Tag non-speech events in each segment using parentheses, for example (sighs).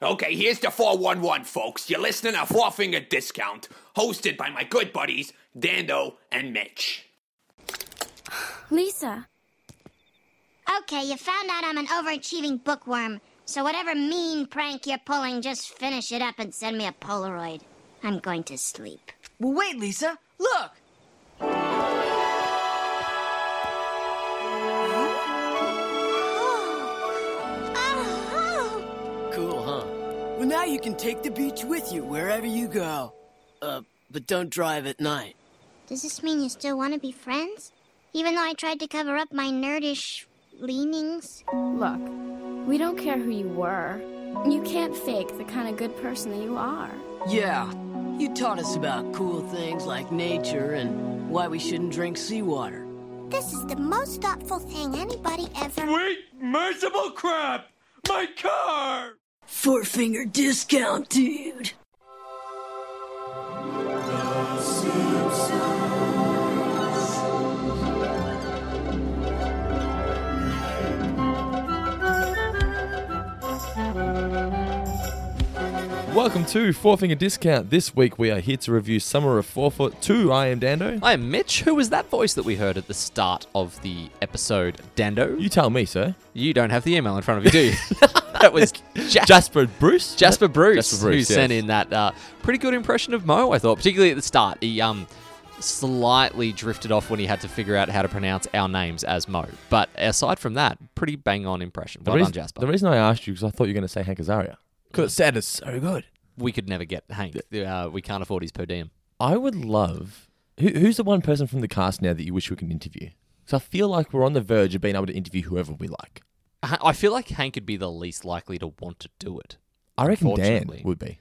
Okay, here's the 411, folks. You're listening to Four Finger Discount, hosted by my good buddies, Dando and Mitch. Lisa, Okay, you found out I'm an overachieving bookworm, so whatever mean prank you're pulling, just finish it up and send me a Polaroid. I'm going to sleep. Well, wait, Lisa. Look. Oh, Cool, huh? Well, now you can take the beach with you wherever you go. Uh, but don't drive at night. Does this mean you still want to be friends? Even though I tried to cover up my nerdish leanings? look, we don't care who you were. You can't fake the kind of good person that you are. Yeah. You taught us about cool things like nature and why we shouldn't drink seawater. This is the most thoughtful thing anybody ever. Wait, merciful crap! My car! Four finger discount, dude. Welcome to Four Finger Discount. This week we are here to review Summer of Four Foot Two. I am Dando. I am Mitch. Who was that voice that we heard at the start of the episode, Dando? You You, tell me, sir. don't have the email in front of you, do you? (laughs) that was Jas- Jasper Bruce. Jasper Bruce, Jasper Bruce, who yes. sent in that uh, pretty good impression of Mo, I thought, particularly at the start. He um, slightly drifted off when he had to figure out how to pronounce our names as Mo. But aside from that, pretty bang on impression. The Well reason, done, Jasper. the reason I asked you because I thought you were going to say Hank Azaria because it sounded so good. we could never get Hank. Uh, we can't afford his per diem. I would love. Who, who's the one person from the cast now that you wish we could interview? Because I feel like we're on the verge of being able to interview whoever we like. I I feel like Hank would be the least likely to want to do it. I reckon Dan Unfortunately. would be.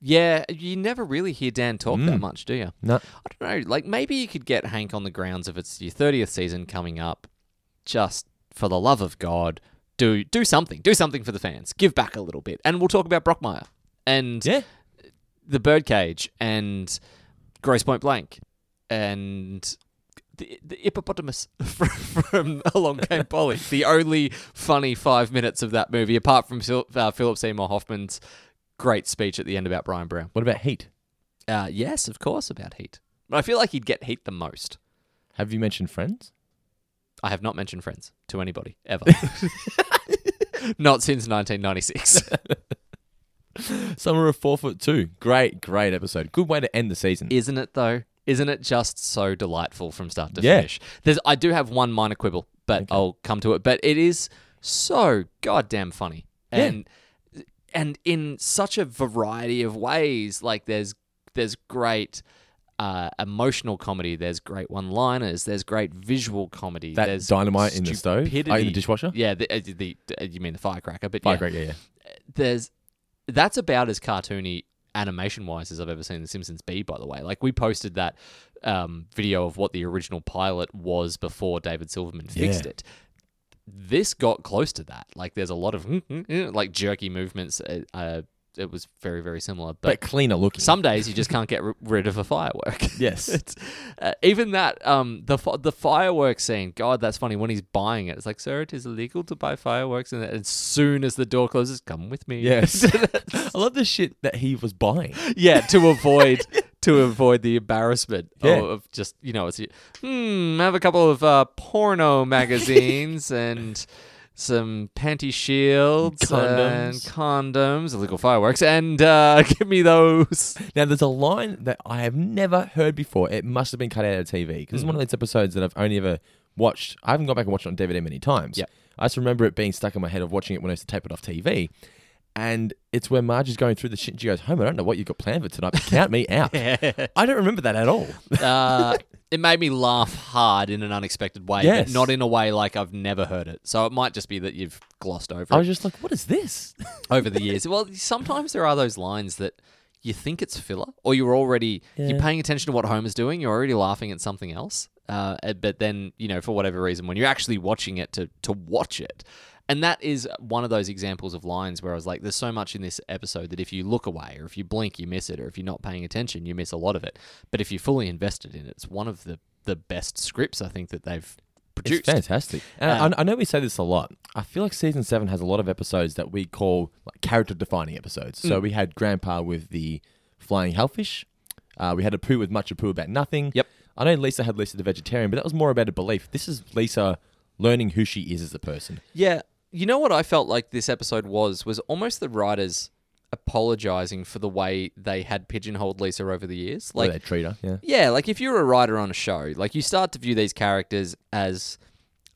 Yeah, you never really hear Dan talk that much, do you? No, I don't know. Like maybe you could get Hank on the grounds if it's your thirtieth season coming up. Just for the love of God, do do something. Do something for the fans. Give back a little bit, and we'll talk about Brockmire and yeah, the Birdcage and Gross Point Blank and the, the hippopotamus (laughs) from, from Along Came Polly. the only funny five minutes of that movie, apart from Phil, uh, Philip Seymour Hoffman's great speech at the end about Brian Brown. What about Heat? Uh, yes, of course, about Heat. But I feel like he'd get Heat the most. Have you mentioned Friends? I have not mentioned Friends to anybody ever. (laughs) not since (laughs) 1996. Summer of Four Foot Two. Great, great episode. Good way to end the season. Isn't it though? Isn't it just so delightful from start to Yeah. finish? There's, I do have one minor quibble, but I'll come to it. But it is so goddamn funny, Yeah. and and in such a variety of ways. Like there's there's great uh, emotional comedy. There's great one-liners. There's great visual comedy. That there's dynamite in the stove? Oh, in the stupidity. dishwasher? Yeah, the, uh, the, uh, you mean the firecracker? But Fire yeah great, yeah, yeah. there's that's about as cartoony animation wise as I've ever seen The Simpsons be. By the way, like we posted that um, video of what the original pilot was before David Silverman fixed Yeah. it. This got close to that. Like there's a lot of (laughs) like jerky movements. Uh, uh, it was very very similar, But, but. cleaner looking. some days you just can't get r- rid of a firework. (laughs) Yes. It's- uh, even that um the fi- the fireworks scene. God, that's funny. When he's buying it, it's like, sir, it is illegal to buy fireworks, and as soon as the door closes, come with me. Yes. (laughs) I love the shit that he was buying. (laughs) yeah, to avoid to avoid the embarrassment Yeah. of, of just you know, it's hmm, I have a couple of uh, porno magazines (laughs) and some panty shields and Condoms. condoms, illegal fireworks, and uh, (laughs) give me those. Now, there's a line that I have never heard before. It must have been cut out of TV because it's one of those episodes that I've only ever watched. I haven't gone back and watched it on DVD many times. Yep. I just remember it being stuck in my head of watching it when I used to tape it off TV. And it's where Marge is going through the shit and she goes, Home, I don't know what you've got planned for tonight, but count me out. I don't remember that at all. Uh, it made me laugh hard in an unexpected way, Yes. but not in a way like I've never heard it. So it might just be that you've glossed over I it was just like, What is this? over the years. Well, sometimes there are those lines that you think it's filler, or you're already you're paying attention to what Homer's doing. You're already laughing at something else, uh, uh, but then you know for whatever reason, when you're actually watching it to to watch it, and that is one of those examples of lines where I was like, "There's so much in this episode that if you look away, or if you blink, you miss it, or if you're not paying attention, you miss a lot of it. But if you're fully invested in it, it's one of the the best scripts I think that they've produced. It's fantastic. And Uh, I- I, know we say this a lot. I feel like season seven has a lot of episodes that we call like character defining episodes. Mm. So we had Grandpa with the flying hellfish. Uh, we had a poo with much a poo about nothing. Yep. I know Lisa had Lisa the vegetarian, but that was more about a belief. This is Lisa learning who she is as a person. Yeah. You know what I felt like this episode was was almost the writers apologizing for the way they had pigeonholed Lisa over the years. Like, Like that treat her. Yeah. Yeah, like if you're a writer on a show, like you start to view these characters as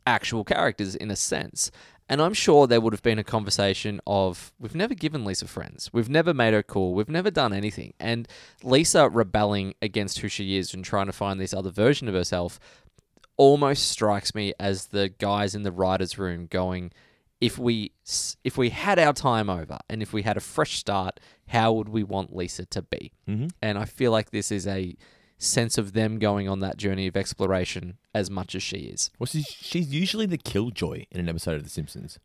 actual characters in a sense. And I'm sure there would have been a conversation of we've never given Lisa friends. We've never made her cool. We've never done anything. And Lisa rebelling against who she is and trying to find this other version of herself almost strikes me as the guys in the writers room going if we s- if we had our time over and if we had a fresh start how would we want Lisa to be mm-hmm. and I feel like this is a sense of them going on that journey of exploration as much as she is Well, she's, she's usually the killjoy in an episode of The Simpsons.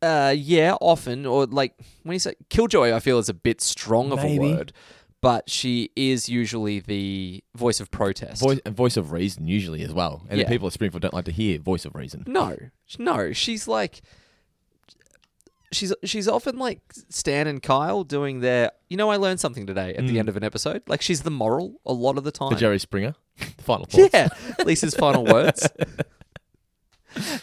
uh yeah often or like when you say killjoy I feel is a bit strong of Maybe. a word but she is usually the voice of protest Voice, a voice of reason, usually as well. And Yeah. the people at Springfield don't like to hear voice of reason. No, Sh- no. She's like, she's she's often like Stan and Kyle doing their. You know, I learned something today at the end of an episode. Like she's the moral a lot of the time. Hmm. The (laughs) Jerry Springer, (laughs) the final thoughts. yeah, Lisa's (laughs) final words.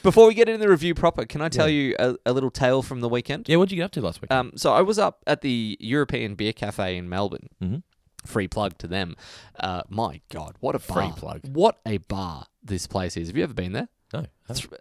Before we get into the review proper, can I tell you a, a little tale from the weekend? Yeah, what'd you get up to last week? Um, so I was up at the European Beer Cafe in Melbourne. Mm-hmm. Free plug to them. Uh, my God, what a Free bar. plug. What a bar this place is. Have you ever been there? no.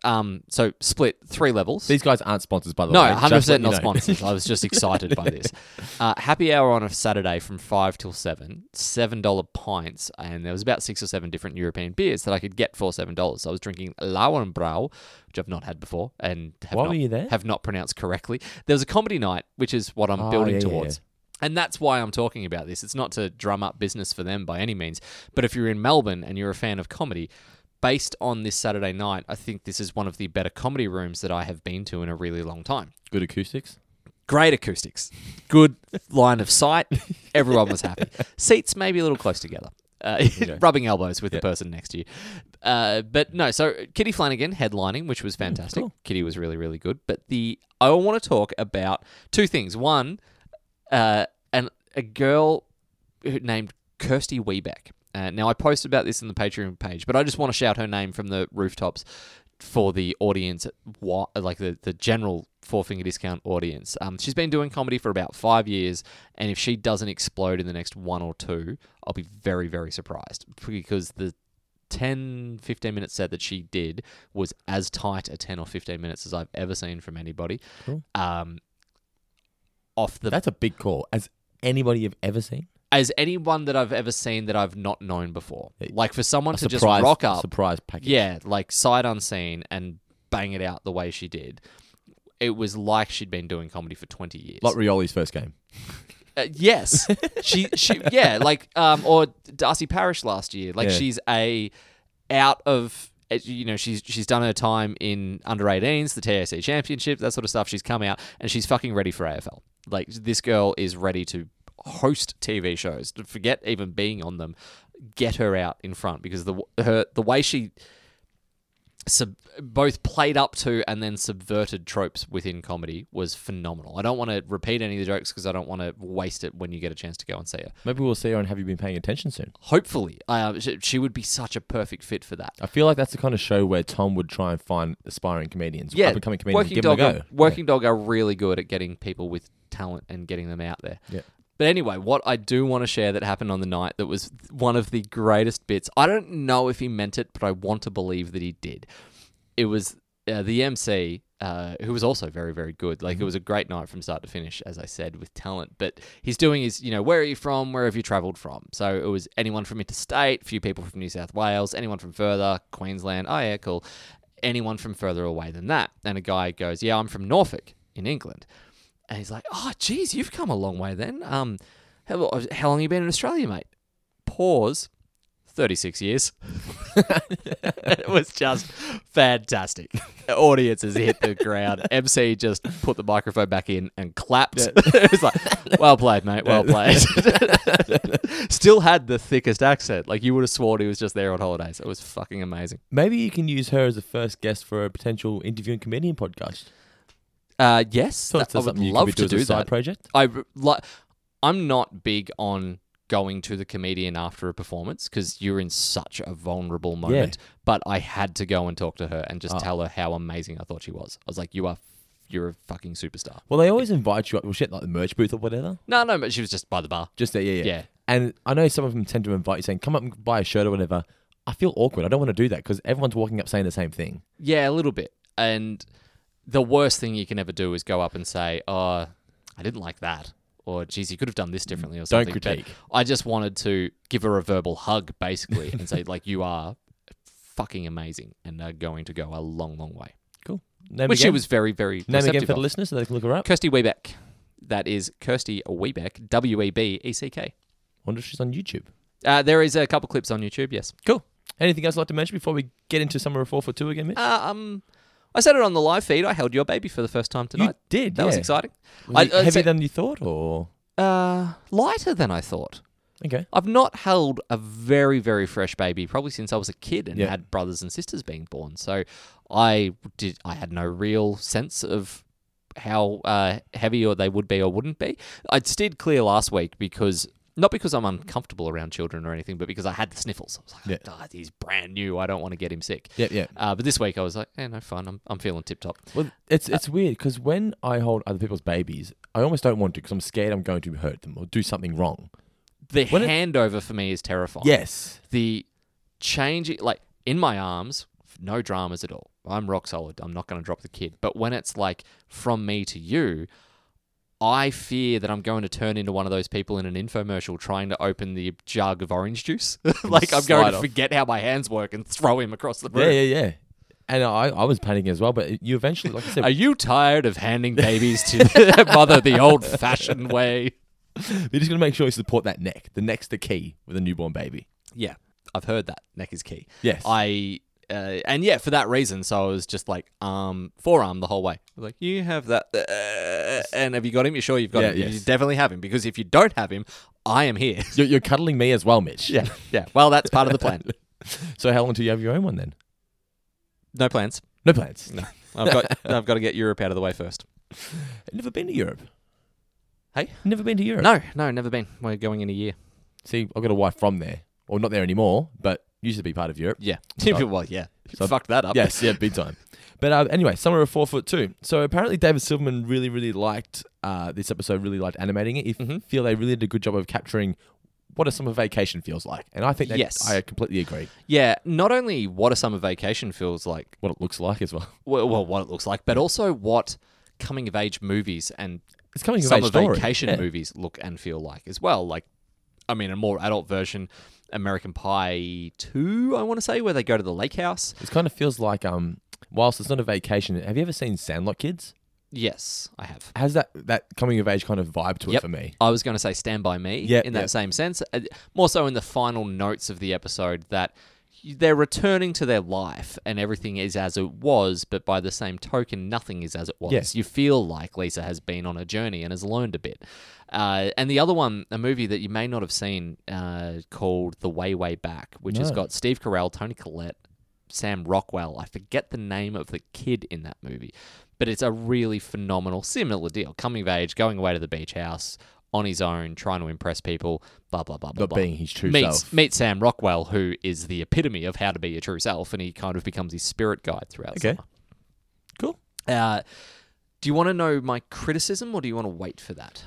Um, so split three levels. These guys aren't sponsors, by the no, way. hundred just let percent you not know. (laughs) sponsored. I (laughs) was just excited by this. Uh, happy hour on a Saturday from five till seven. Seven dollar pints, and there was about six or seven different European beers that I could get for seven dollars. I was drinking Lauenbrau, which I've not had before, and have Why not, were you there? Have not pronounced correctly. There was a comedy night, which is what I'm Oh, building yeah, yeah, towards. And that's why I'm talking about this. It's not to drum up business for them by any means. But if you're in Melbourne and you're a fan of comedy, based on this Saturday night, I think this is one of the better comedy rooms that I have been to in a really long time. Good acoustics. Great acoustics, good line of sight. (laughs) Everyone was happy. Seats maybe a little close together. Uh, (laughs) rubbing elbows with the person next to you. Uh, but no, so Kitty Flanagan headlining, which Mm, was fantastic. Kitty was really, really good. But the I want to talk about two things. One, uh, and a girl who- named Kirsty Weebeck. Uh, now, I posted about this in the Patreon page, but I just want to shout her name from the rooftops for the audience, wa- like the, the general Four Finger Discount audience. Um, she's been doing comedy for about five years, and if she doesn't explode in the next one or two, I'll be very, very surprised because the 10 15 minute set that she did was as tight a 10 or 15 minutes as I've ever seen from anybody. Um, off the That's a big call. As anybody you've ever seen? as anyone that I've ever seen that I've not known before. Like for someone A to just surprise- rock a up, surprise package. yeah, like sight unseen and bang it out the way she did. It was like she'd been doing comedy for twenty years. Like Rioli's first game. Uh, yes, she she yeah, like um or Darcy Parish last year. Like Yeah. she's a out of uh, you know she's she's done her time in under 18s, the TAC championship, that sort of stuff. She's come out and she's fucking ready for AFL. Like this girl is ready to host TV shows. To forget even being on them, get her out in front because the w- her the way she sub- both played up to and then subverted tropes within comedy was phenomenal. I don't want to repeat any of the jokes because I don't want to waste it when you get a chance to go and see her. Maybe we'll see her on Have You Been Paying Attention soon. Hopefully, uh, she, she would be such a perfect fit for that. I feel like that's the kind of show where Tom would try and find aspiring comedians, Yeah, up and coming comedians, working give dog, them a Are, go. working dog are really good at getting people with talent and getting them out there. Yeah. But anyway, what I do want to share that happened on the night that was one of the greatest bits. I don't know if he meant it, but I want to believe that he did. It was uh, the MC, uh, who was also very, very good. Like, it was a great night from start to finish, as I said, with talent. But he's doing his, you know, where are you from? Where have you traveled from? So it was anyone from interstate, few people from New South Wales, anyone from further, Queensland. Oh, yeah, cool. Anyone from further away than that. And a guy goes, Yeah, I'm from Norfolk in England. And he's like, "Oh, geez, you've come a long way then. Um, how, how long you been in Australia, mate?" Pause. 36 years. (laughs) it was just fantastic. Audiences hit (laughs) the ground. MC just put the microphone back in and clapped. (laughs) it was like, well played, mate. Well played. (laughs) Still had the thickest accent. Like you would have sworn he was just there on holidays. It was fucking amazing. Maybe you can use her as a first guest for a potential interviewing comedian podcast. Uh, yes, So that- it's I would something you love could to do do as a side that. project. I re- like. I'm not big on going to the comedian after a performance because you're in such a vulnerable moment. But I had to go and talk to her and just tell her how amazing I thought she was. I was like, "You are, you're a fucking superstar." Well, they always invite you up. Well, shit, like the merch booth or whatever. No, no, but she was just by the bar. Just there, yeah, yeah. Yeah. And I know some of them tend to invite you saying, "Come up and buy a shirt or whatever." I feel awkward. I don't want to do that because everyone's walking up saying the same thing. Yeah, a little bit. And the worst thing you can ever do is go up and say, "Oh, I didn't like that," or "Geez, you could have done this differently," or something. But critique. I just wanted to give her a verbal hug, basically, and say, "Like you are fucking amazing and are going to go a long, long way." Cool. Name Which she again? was very, very name again receptive for the of. listeners so they can look her up. Kirsty Webeck. That is Kirsty Webeck. W e b e c k. wonder if she's on YouTube. Uh, there is a couple clips on YouTube. Yes. Cool. Anything else you'd like to mention before we get into summer of four for two again, Mitch? Uh, um, I said it on the live feed. I held your baby for the first time tonight. did, That was yeah. exciting. Was it I'd heavier say- than you thought, or uh, lighter than I thought. okay? I've not held a very, very fresh baby probably since I was a kid and Yeah. had brothers and sisters being born. So I did. I had no real sense of how uh, heavy or they would be or wouldn't be. I steered clear last week because not because I'm uncomfortable around children or anything, but because I had the sniffles. I was like, "Ah, he's brand new. I don't want to get him sick. Yep, yep. Uh, but this week I was like, eh, no fun. I'm, I'm feeling tip top. Well, it's it's weird because when I hold other people's babies, I almost don't want to because I'm scared I'm going to hurt them or do something wrong. The When it- handover for me is terrifying. Yes. the change like in my arms no dramas at all i'm rock solid i'm not going to drop the kid but when it's like from me to you i fear that i'm going to turn into one of those people in an infomercial trying to open the jug of orange juice (laughs) like i'm going slide to off. forget how my hands work and throw him across the Yeah, room yeah, yeah. And I, I was panicking as well, but you eventually, like I said, are you tired of handing babies (laughs) to their mother the old fashioned way You're just gonna make sure you support that neck. The neck's the key with a newborn baby. Yeah, I've heard that neck is key. Yes. I uh, and yeah, for that reason, so I was just like um forearm the whole way. I was like, you have that, uh, and have you got him? You sure you've got Yeah, him? You yes. definitely have him because if you don't have him, I am here. You're, you're cuddling me as well, Mitch. (laughs) yeah, yeah. (laughs) Well, that's part of the plan. So how long do you have your own one then? No plans. No plans. No, I've got I've got to get Europe out of the way first. Never been to Europe. Hey? Never been to Europe. No, no, never been. We're going in a year. See, I've got a wife from there. Well, not there anymore, but used to be part of Europe. Yeah. So- (laughs) well, yeah. so- Fucked that up. Yes, yeah, big time. But uh, anyway, summer of four foot two. So apparently, David Silverman really, really liked uh, this episode. Really liked animating it. You feel they really did a good job of capturing what a summer vacation feels like, and I think that Yes. I completely agree. (laughs) Yeah. Not only what a summer vacation feels like, What it looks like as well. well, well what it looks like, but also what coming of age movies and It's coming of summer age story, vacation yeah. movies look and feel like as well. Like, I mean, a more adult version, American Pie Two, I want to say, where they go to the lake house. It kind of feels like um, whilst it's not a vacation. Have you ever seen Sandlot Kids? Yes, I have. It Has that that coming of age kind of vibe to Yep. it for me? I was going to say Stand By Me Yep, in that yep. same sense. Uh, More so in the final notes of the episode that y- they're returning to their life and everything is as it was, but by the same token, nothing is as it was. Yes. You feel like Lisa has been on a journey and has learned a bit. Uh, and the other one, a movie that you may not have seen uh, called The Way, Way Back, which has No. got Steve Carell, Tony Collette, Sam Rockwell. I forget the name of the kid in that movie, but it's a really phenomenal, similar deal. Coming of age, going away to the beach house on his own, trying to impress people, blah, blah, blah, blah. Not blah. being his true Meets- self. Meet Sam Rockwell, who is the epitome of how to be your true self, and he kind of becomes his spirit guide throughout Okay. summer. Cool. Uh, do you want to know my criticism, or do you want to wait for that?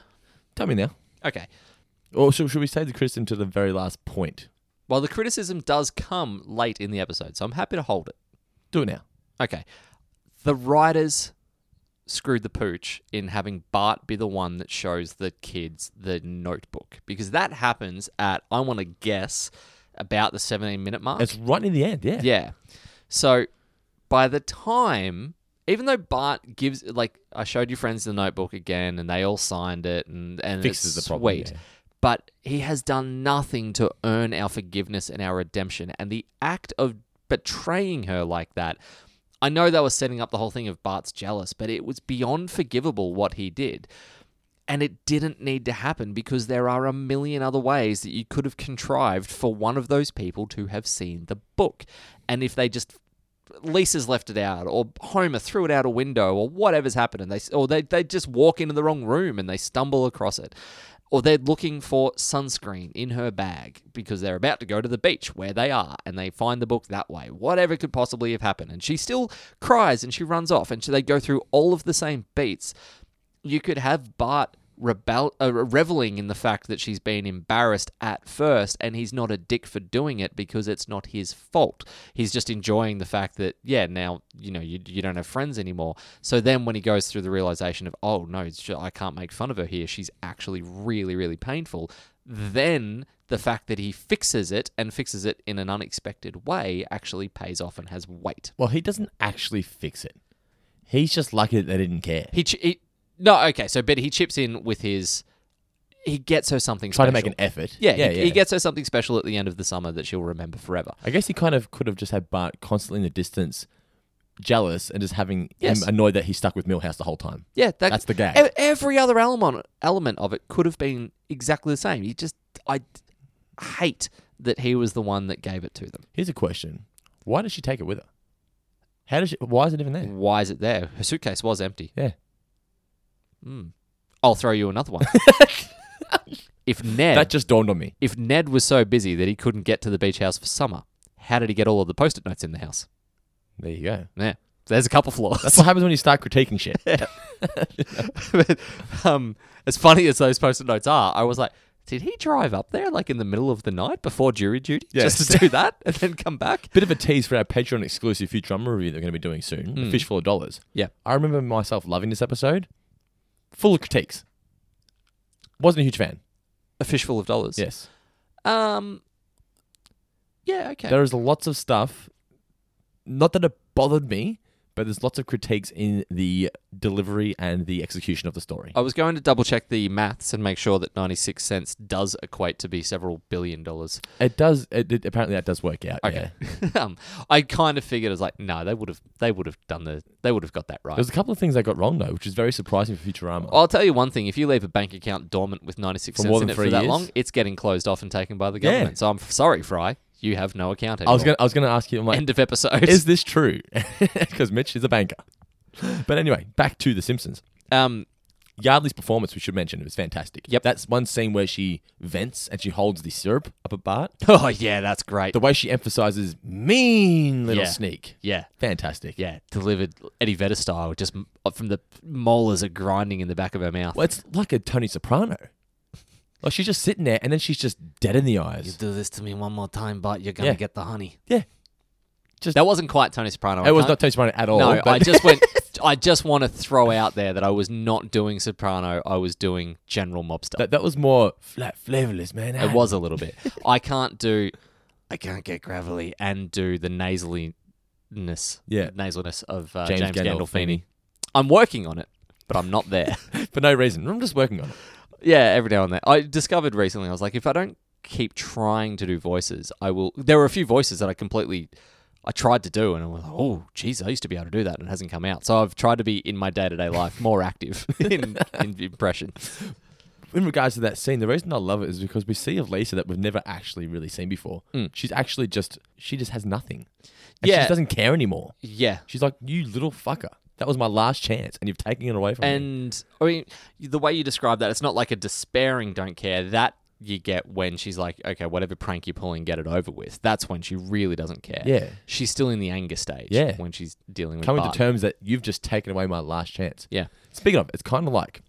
Tell me now. Okay. Or should, should we save the criticism to the very last point? Well, the criticism does come late in the episode, so I'm happy to hold it. Do it now. Okay. The writers screwed the pooch in having Bart be the one that shows the kids the notebook because that happens at, I want to guess, about the 17 minute mark. It's right near the end. Yeah. Yeah. So by the time, even though Bart gives, like, I showed your friends the notebook again and they all signed it and, and Fixes it's the problem, sweet. yeah. but he has done nothing to earn our forgiveness and our redemption. And the act of betraying her like that, I know they were setting up the whole thing of Bart's jealous, but it was beyond forgivable what he did. And it didn't need to happen because there are a million other ways that you could have contrived for one of those people to have seen the book. And if they just Lisa's left it out, or Homer threw it out a window, or whatever's happened, and they or they they just walk into the wrong room and they stumble across it, or they're looking for sunscreen in her bag because they're about to go to the beach where they are, and they find the book that way. Whatever could possibly have happened, and she still cries and she runs off, and so they go through all of the same beats. You could have Bart rebel uh, reveling in the fact that she's been embarrassed at first and he's not a dick for doing it because it's not his fault he's just enjoying the fact that yeah now you know you, you don't have friends anymore so then when he goes through the realization of oh no it's ju- i can't make fun of her here she's actually really really painful then the fact that he fixes it and fixes it in an unexpected way actually pays off and has weight Well, he doesn't actually fix it. He's just lucky that they didn't care. he, ch- he no okay so but he chips in with his he gets her something Try special. to make an effort. Yeah, he, he gets her something special at the end of the summer that she'll remember forever. I guess he kind of could have just had Bart constantly in the distance, jealous, and just having Yes. him annoyed that he stuck with Millhouse the whole time. Yeah, that, That's the gag. e- Every other element element of it could have been exactly the same. You just I d- hate that he was the one that gave it to them. Here's a question: Why does she take it with her? How does she? Why is it even there? Why is it there? Her suitcase was empty. Yeah. I'll throw you (laughs) another one. if Ned That just dawned on me. if Ned was so busy that he couldn't get to the beach house for summer, how did he get all of the post-it notes in the house? There you go. Yeah. There's a couple flaws. That's what happens when you start critiquing (laughs) shit. but um, as funny as those post-it notes are, I was like, did he drive up there like in the middle of the night before jury duty just to Yes. (laughs) do that and then come back? Bit of a tease for our Patreon exclusive Futurama review that we're going to be doing soon, A Fish Full of Dollars. Hmm. Yeah. I remember myself loving this episode, full of critiques. Wasn't a huge fan. A fish full of dollars. Yes. Um. Yeah. Okay. There is lots of stuff. Not that it bothered me, but there's lots of critiques in the delivery and the execution of the story. I was going to double check the maths and make sure that 96 cents does equate to be several billion dollars. It does. It, it- apparently, that does work out. Yeah. Okay. (laughs) um, I kind of figured it was like, no, they would have they would have done the they would have got that right. There's a couple of things I got wrong though, which is very surprising for Futurama. I'll tell you one thing: if you leave a bank account dormant with ninety six For cents more in than it for three that years? long, it's getting closed off and taken by the Yeah. government. So I'm f- sorry, Fry, you have no account anymore. I was gonna. I was gonna ask you. I'm like, End of episode. is this true? (laughs) Because Mitch is a banker. But anyway, back to The Simpsons. (laughs) um, Yardley's performance, we should mention, was fantastic. Yep. That's one scene where she vents and she holds the syrup up a Bart. oh yeah, that's great. The way she emphasizes mean little Yeah. sneak. yeah, Fantastic. yeah, delivered Eddie Vedder style, just m- uh, from the molars are grinding in the back of her mouth. Well, it's like a Tony Soprano. Like she's just sitting there and then she's just dead in the eyes. do this to me one more time, but you're gonna Yeah. get the honey. Yeah. That wasn't quite Tony Soprano. I It was can't- not Tony Soprano at all. No, but- I just went. I just want to throw out there that I was not doing Soprano. I was doing General (laughs) Mobster. that, that was more flat flavorless, man. It was a little (laughs) bit. I can't do. I can't get gravelly and do the nasaliness. Yeah. nasaliness of uh, James James, Gandolfini. Gandolfini. I'm working on it, but I'm not (laughs) there. (laughs) For no reason. I'm just working on it. yeah, every now and then. I discovered recently. I was like, if I don't keep trying to do voices, I will. There were a few voices that I completely. I tried to do, and I was like, "Oh, geez, I used to be able to do that, and it hasn't come out." So I've tried to be in my day to day life more active (laughs) in, in impression. in regards to that scene, the reason I love it is because we see of Lisa that we've never actually really seen before. She's actually just she just has nothing. And She Mm. Yeah. just doesn't care anymore. Yeah, She's like, You little fucker. That was my last chance and you've taken it away from me. And I mean, the way you describe that, it's not like a despairing don't care. That you get when she's like, okay, whatever prank you're pulling, get it over with. That's when she really doesn't care. Yeah. She's still in the anger stage Yeah. when she's dealing with Coming Bart. to terms that you've just taken away my last chance. Yeah. Speaking of, it's kinda like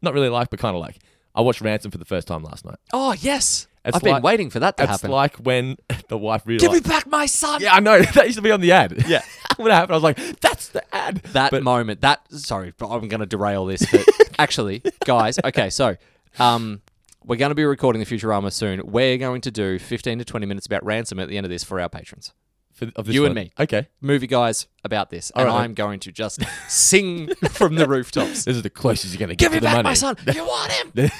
not really like, but kinda like. I watched Ransom for the first time last night. Oh, yes. It's I've been like- waiting for that to it's happen. like when (laughs) the wife realized Give me back my son. (laughs) Yeah, I know. (laughs) That used to be on the ad. Yeah. (laughs) when it happened, I was like, That's the ad. (laughs) That but moment, that sorry, but I'm going to derail this. (laughs) But actually, guys, okay, so um, we're going to be recording the Futurama soon. We're going to do 15 to 20 minutes about ransom at the end of this for our patrons. for, of this you and one. me. Okay. movie guys about this, and right. I'm going to just sing from the rooftops. (laughs) This is the closest you're gonna get Give to (laughs) me the back money. my son. You want him?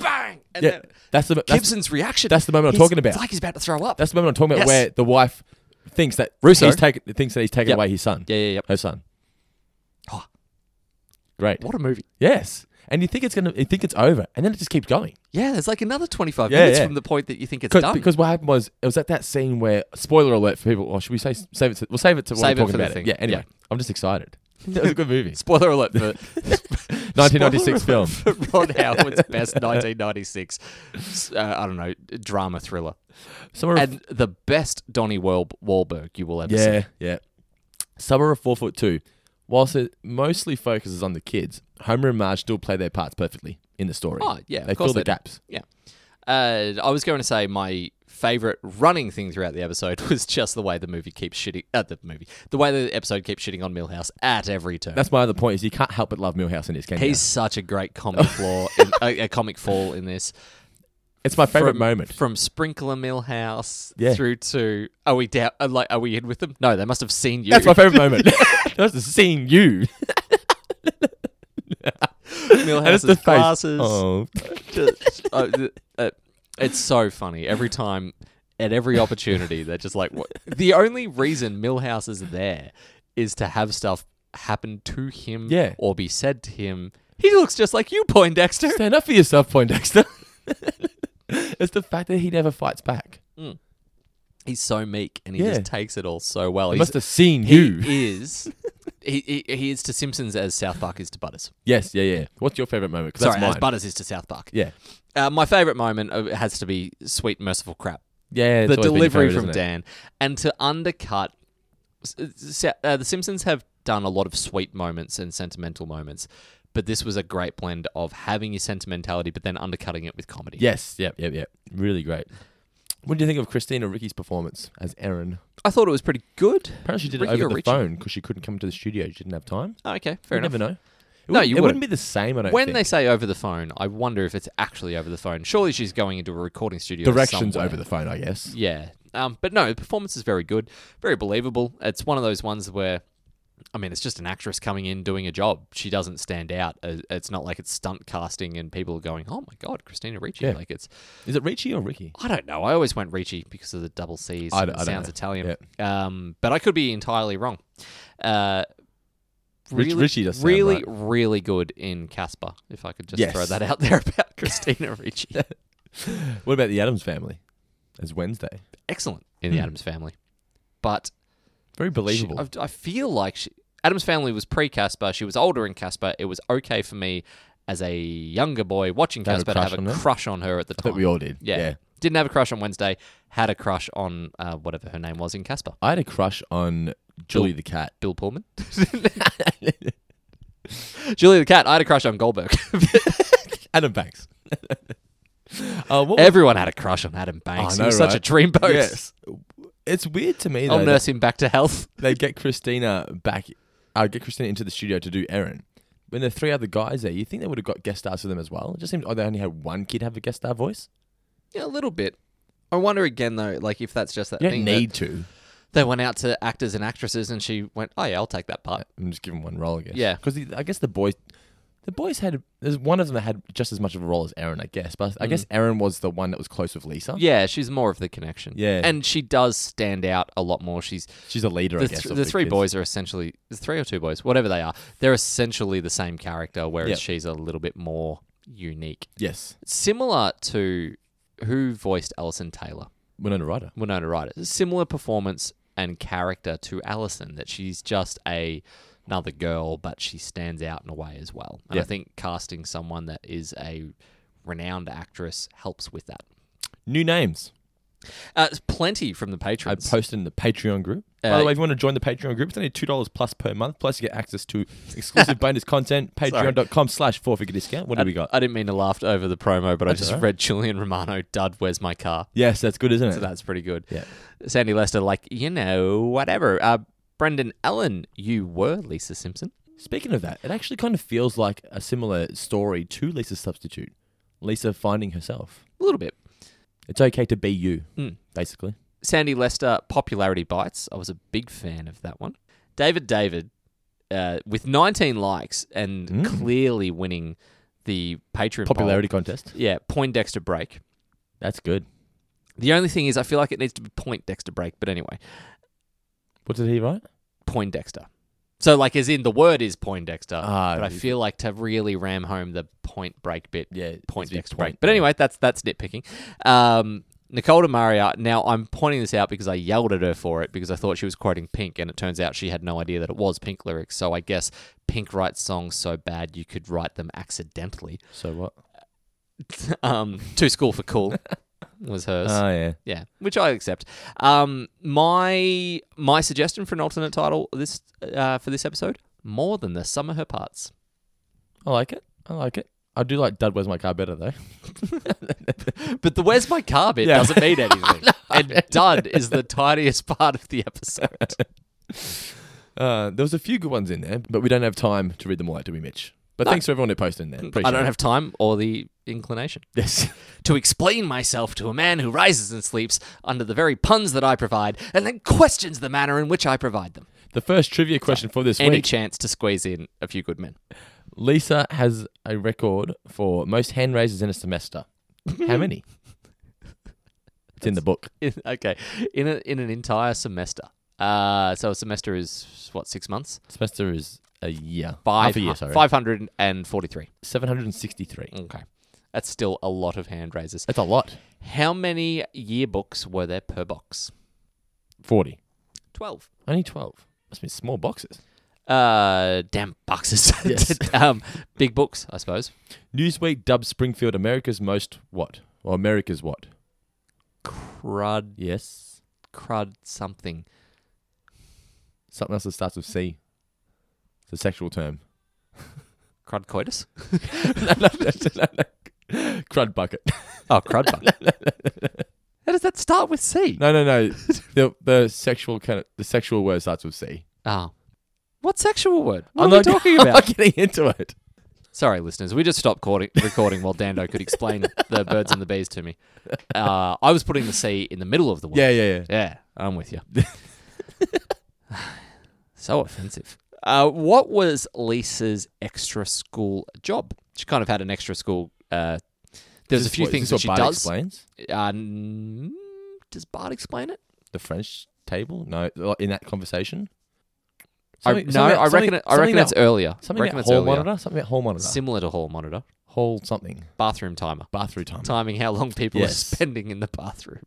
Bang! And Yeah, then that's the that's, Gibson's reaction. that's the moment I'm he's- talking about. It's like he's about to throw up. That's the moment I'm talking about Yes. where the wife thinks that Russo. he's taken thinks that he's taken Yep. away his son. Yeah, yeah, yep. Her son. Oh. Great. what a movie. Yes. And you think it's gonna you think it's over and then it just keeps going. Yeah, there's like another 25 Yeah, minutes yeah. from the point that you think it's Because done. because what happened was it was at that scene where spoiler alert for people or should we say save it to, we'll save it to when Save it we're talking for the about thing. it. Yeah, anyway. Yeah. I'm just excited. (laughs) That was a good (laughs) movie. Spoiler alert (laughs) for 1996 spoiler film. alert for Ron (laughs) Howard's best 1996, s- uh, I don't know, drama thriller. Summer of, And the best Donnie Wahl- Wahlberg you will ever see. yeah, yeah. Summer of four foot two. Whilst it mostly focuses on the kids, Homer and Marge still play their parts perfectly in the story. Oh, yeah, of they course fill the they do. gaps. Yeah. Uh, I was going to say my favorite running thing throughout the episode (laughs) was just the way the movie keeps shitting at the movie, the way the episode keeps shitting on Millhouse at every turn. That's my other point is you can't help but love Millhouse in this game. He's such a great (laughs) comic flaw, in, a, a comic fall in this. it's my favorite from, moment. from Sprinkler Millhouse Yeah. through to are we down? Are, like, are we in with them? No, they must have seen you. That's my (laughs) favorite moment. (laughs) That's the seeing you. And it's Millhouse's the face. glasses. Oh. Just- uh, th- uh, it's so funny every time. At every opportunity, they're just like, what? The only reason Millhouse is there is to have stuff happen to him Yeah. or be said to him. He looks just like you, Poindexter. Stand up for yourself, Poindexter. (laughs) it's the fact that he never fights back. He's so meek and he Yeah. just takes it all so well. He He's- must have seen you. He is. (laughs) He, he, he is to Simpsons as South Park is to Butters. yes, yeah, yeah. What's your favorite moment? 'Cause Sorry, that's as mine. Butters is to South Park. yeah, Uh, my favorite moment uh, has to be Sweet Merciful Crap. yeah. it's the always been your delivery favourite, isn't from it? Dan. And to undercut. s- s- Uh, the Simpsons have done a lot of sweet moments and sentimental moments, but this was a great blend of having your sentimentality but then undercutting it with comedy. Yes, yep, yep, yep. Really great. What do you think of Christina Ricci's performance as Erin? I thought it was pretty good. Apparently, she did Ricky it or over the Richie? phone because she couldn't come to the studio. She didn't have time. Oh, okay, fair you enough. never know. It No, wouldn't- you it wouldn't wouldn't. be the same. I don't when think. they say over the phone, I wonder if it's actually over the phone. Surely she's going into a recording studio. directions somewhere. over the phone, I guess. Yeah. Um, but no, the performance is very good, very believable. It's one of those ones where, I mean, it's just an actress coming in doing a job. She doesn't stand out. Uh, It's not like it's stunt casting and people are going, "Oh my god, Christina Ricci!" Yeah. Like it's, Is it Ricci or Ricky? I don't know. I always went Ricci because of the double C's. I and d- I it don't sounds know. Italian. Um, but I could be entirely wrong. Uh, Rich- Ricci does sound really, right. really good in Casper. If I could just Yes. throw that out there about (laughs) Christina Ricci, What about the Adams family? As Wednesday, excellent in Hmm. the Adams Family, but very She- believable. I, I feel like she, Adam's family was pre Casper. She was older in Casper. It was okay for me as a younger boy watching To have a Casper to crush have a on her? crush on her at the time. we all did, yeah. Didn't have a crush on Wednesday. Had a crush on uh, whatever her name was in Casper. I had a crush on Julie the cat. (laughs) Bill Pullman. Julia the Cat. I had a crush (laughs) on Goldberg. Adam Banks. (laughs) uh, what was- Everyone had a crush on Adam Banks. Oh, I know, he was such a right? dreamboat. Yes. It's weird to me I'll though. that nurse him back to health. They get Christina back. Uh, get Christina into the studio to do Erin. When there are three other guys there, you think they would have got guest stars for them as well? It just seems oh, they only had one kid have a guest star voice. Yeah, a little bit. I wonder again though, like if that's just that You thing don't that- need to. they went out to actors and actresses, and she went, "Oh yeah, I'll take that part." I'm just giving one role, I guess. Yeah. because I guess the boys, the boys had there's one of them that had just as much of a role as Erin, I guess. But I guess Erin was the one that was close with Lisa. Mm. Yeah, she's more of the connection. Yeah. and she does stand out a lot more. She's she's a leader. the, I th- guess the of three kids. boys are essentially the three or two boys, whatever they are. They're essentially the same character, whereas Yep. she's a little bit more unique. Yes, Similar to who voiced Alison Taylor, Winona Ryder. Winona Ryder. Similar performance and character to Alison, that she's just a another girl, but she stands out in a way as well. And I Yep. think casting someone that is a renowned actress helps with that. New names. Uh, it's plenty from the I patrons. posted in the Patreon group. Uh, By the way, if you want to join the Patreon group, it's only two dollars plus per month. Plus, you get access to exclusive bonus content. Patreon.com/slash four figure discount. Uh, What do we got? I didn't mean to laugh over the promo, but I That's just alright. read Julian Romano, Dud, where's my car? yes, that's good, isn't it? So that's pretty good. Yeah. Sandy Lester, like, you know, whatever. Uh, Brendan Allen, you were Lisa Simpson. Speaking of that, it actually kind of feels like a similar story to Lisa's substitute. Lisa finding herself. A little bit. It's okay to be you, Mm. basically. Sandy Lester, Popularity Bites. I was a big fan of that one. David David, uh, with 19 likes and Mm. clearly winning the Patreon poll. Popularity contest. Yeah, Poindexter break. That's good. The only thing is, I feel like it needs to be Poindexter break. But anyway, What did he write? Poindexter. So like, as in the word is Poindexter, Ah, but I you- feel like to really ram home the Point Break bit, Yeah, it's Poindexter point, break. But yeah. anyway, that's that's nitpicking. Um, Nicole Maria. Now I'm pointing this out because I yelled at her for it because I thought she was quoting Pink, and it turns out she had no idea that it was Pink lyrics. So I guess Pink writes songs so bad you could write them accidentally. (laughs) So what? Um, to school (laughs) for cool was hers. Oh yeah. Yeah, which I accept. Um, my my suggestion for an alternate title this uh, for this episode: more than the sum of her parts. I like it. I like it. I do like Dud Where's My Car better though. But the "Where's my car?" bit Yeah. (laughs) doesn't mean anything. and "dud" is the tidiest part of the episode. Uh, there was a few good ones in there, but we don't have time to read them all out, do we, Mitch? But thanks to everyone who posted in there. Appreciate I don't it. have time or the inclination. Yes. To explain myself to a man who rises and sleeps under the very puns that I provide, and then questions the manner in which I provide them. The first trivia question for this Any week. chance to squeeze in a few good men? Lisa has a record for most hand raises in a (laughs) semester. How many? It's in the book. in, okay, in a, in an entire semester. Uh, so a semester is what six months? Semester is a year. Five Half a year, sorry. Mm. Five hundred and forty-three. 763. Okay, that's still a lot of hand raises. That's a lot. How many yearbooks were there per box? 40. Twelve. Only 12. Must be small boxes. Uh, damn boxes. (laughs) Yes. um, big books, I suppose. Newsweek dubbed Springfield America's most what? Or America's what? Crud, Yes. crud, something. Something else that starts with C. It's a sexual term. (laughs) Crud coitus. Crud bucket. (laughs) Oh, crud. bucket. How does that start with C? No, no, no. the the sexual kind of, the sexual word starts with C. Oh. What sexual word? What are not (laughs) we talking I'm not about? getting into it. Sorry, listeners. We just stopped recording, recording while Dando could explain the birds and the bees to me. Uh, I was putting the C in the middle of the word. Yeah, yeah, yeah. Yeah, I'm (laughs) with you. so offensive. Uh, what was Lisa's extra school job? She kind of had an extra school. Uh, there's a This few what- things this that what Bart she does. Explains Uh, mm, does Bart explain it? the French table. No, like in that conversation. I, no, I reckon. It, I reckon it's earlier. Something I reckon about it's hall earlier. monitor. Something about hall monitor. Similar to hall monitor, hall something. bathroom timer. Bathroom time. timing how long people Yes. are spending in the bathroom.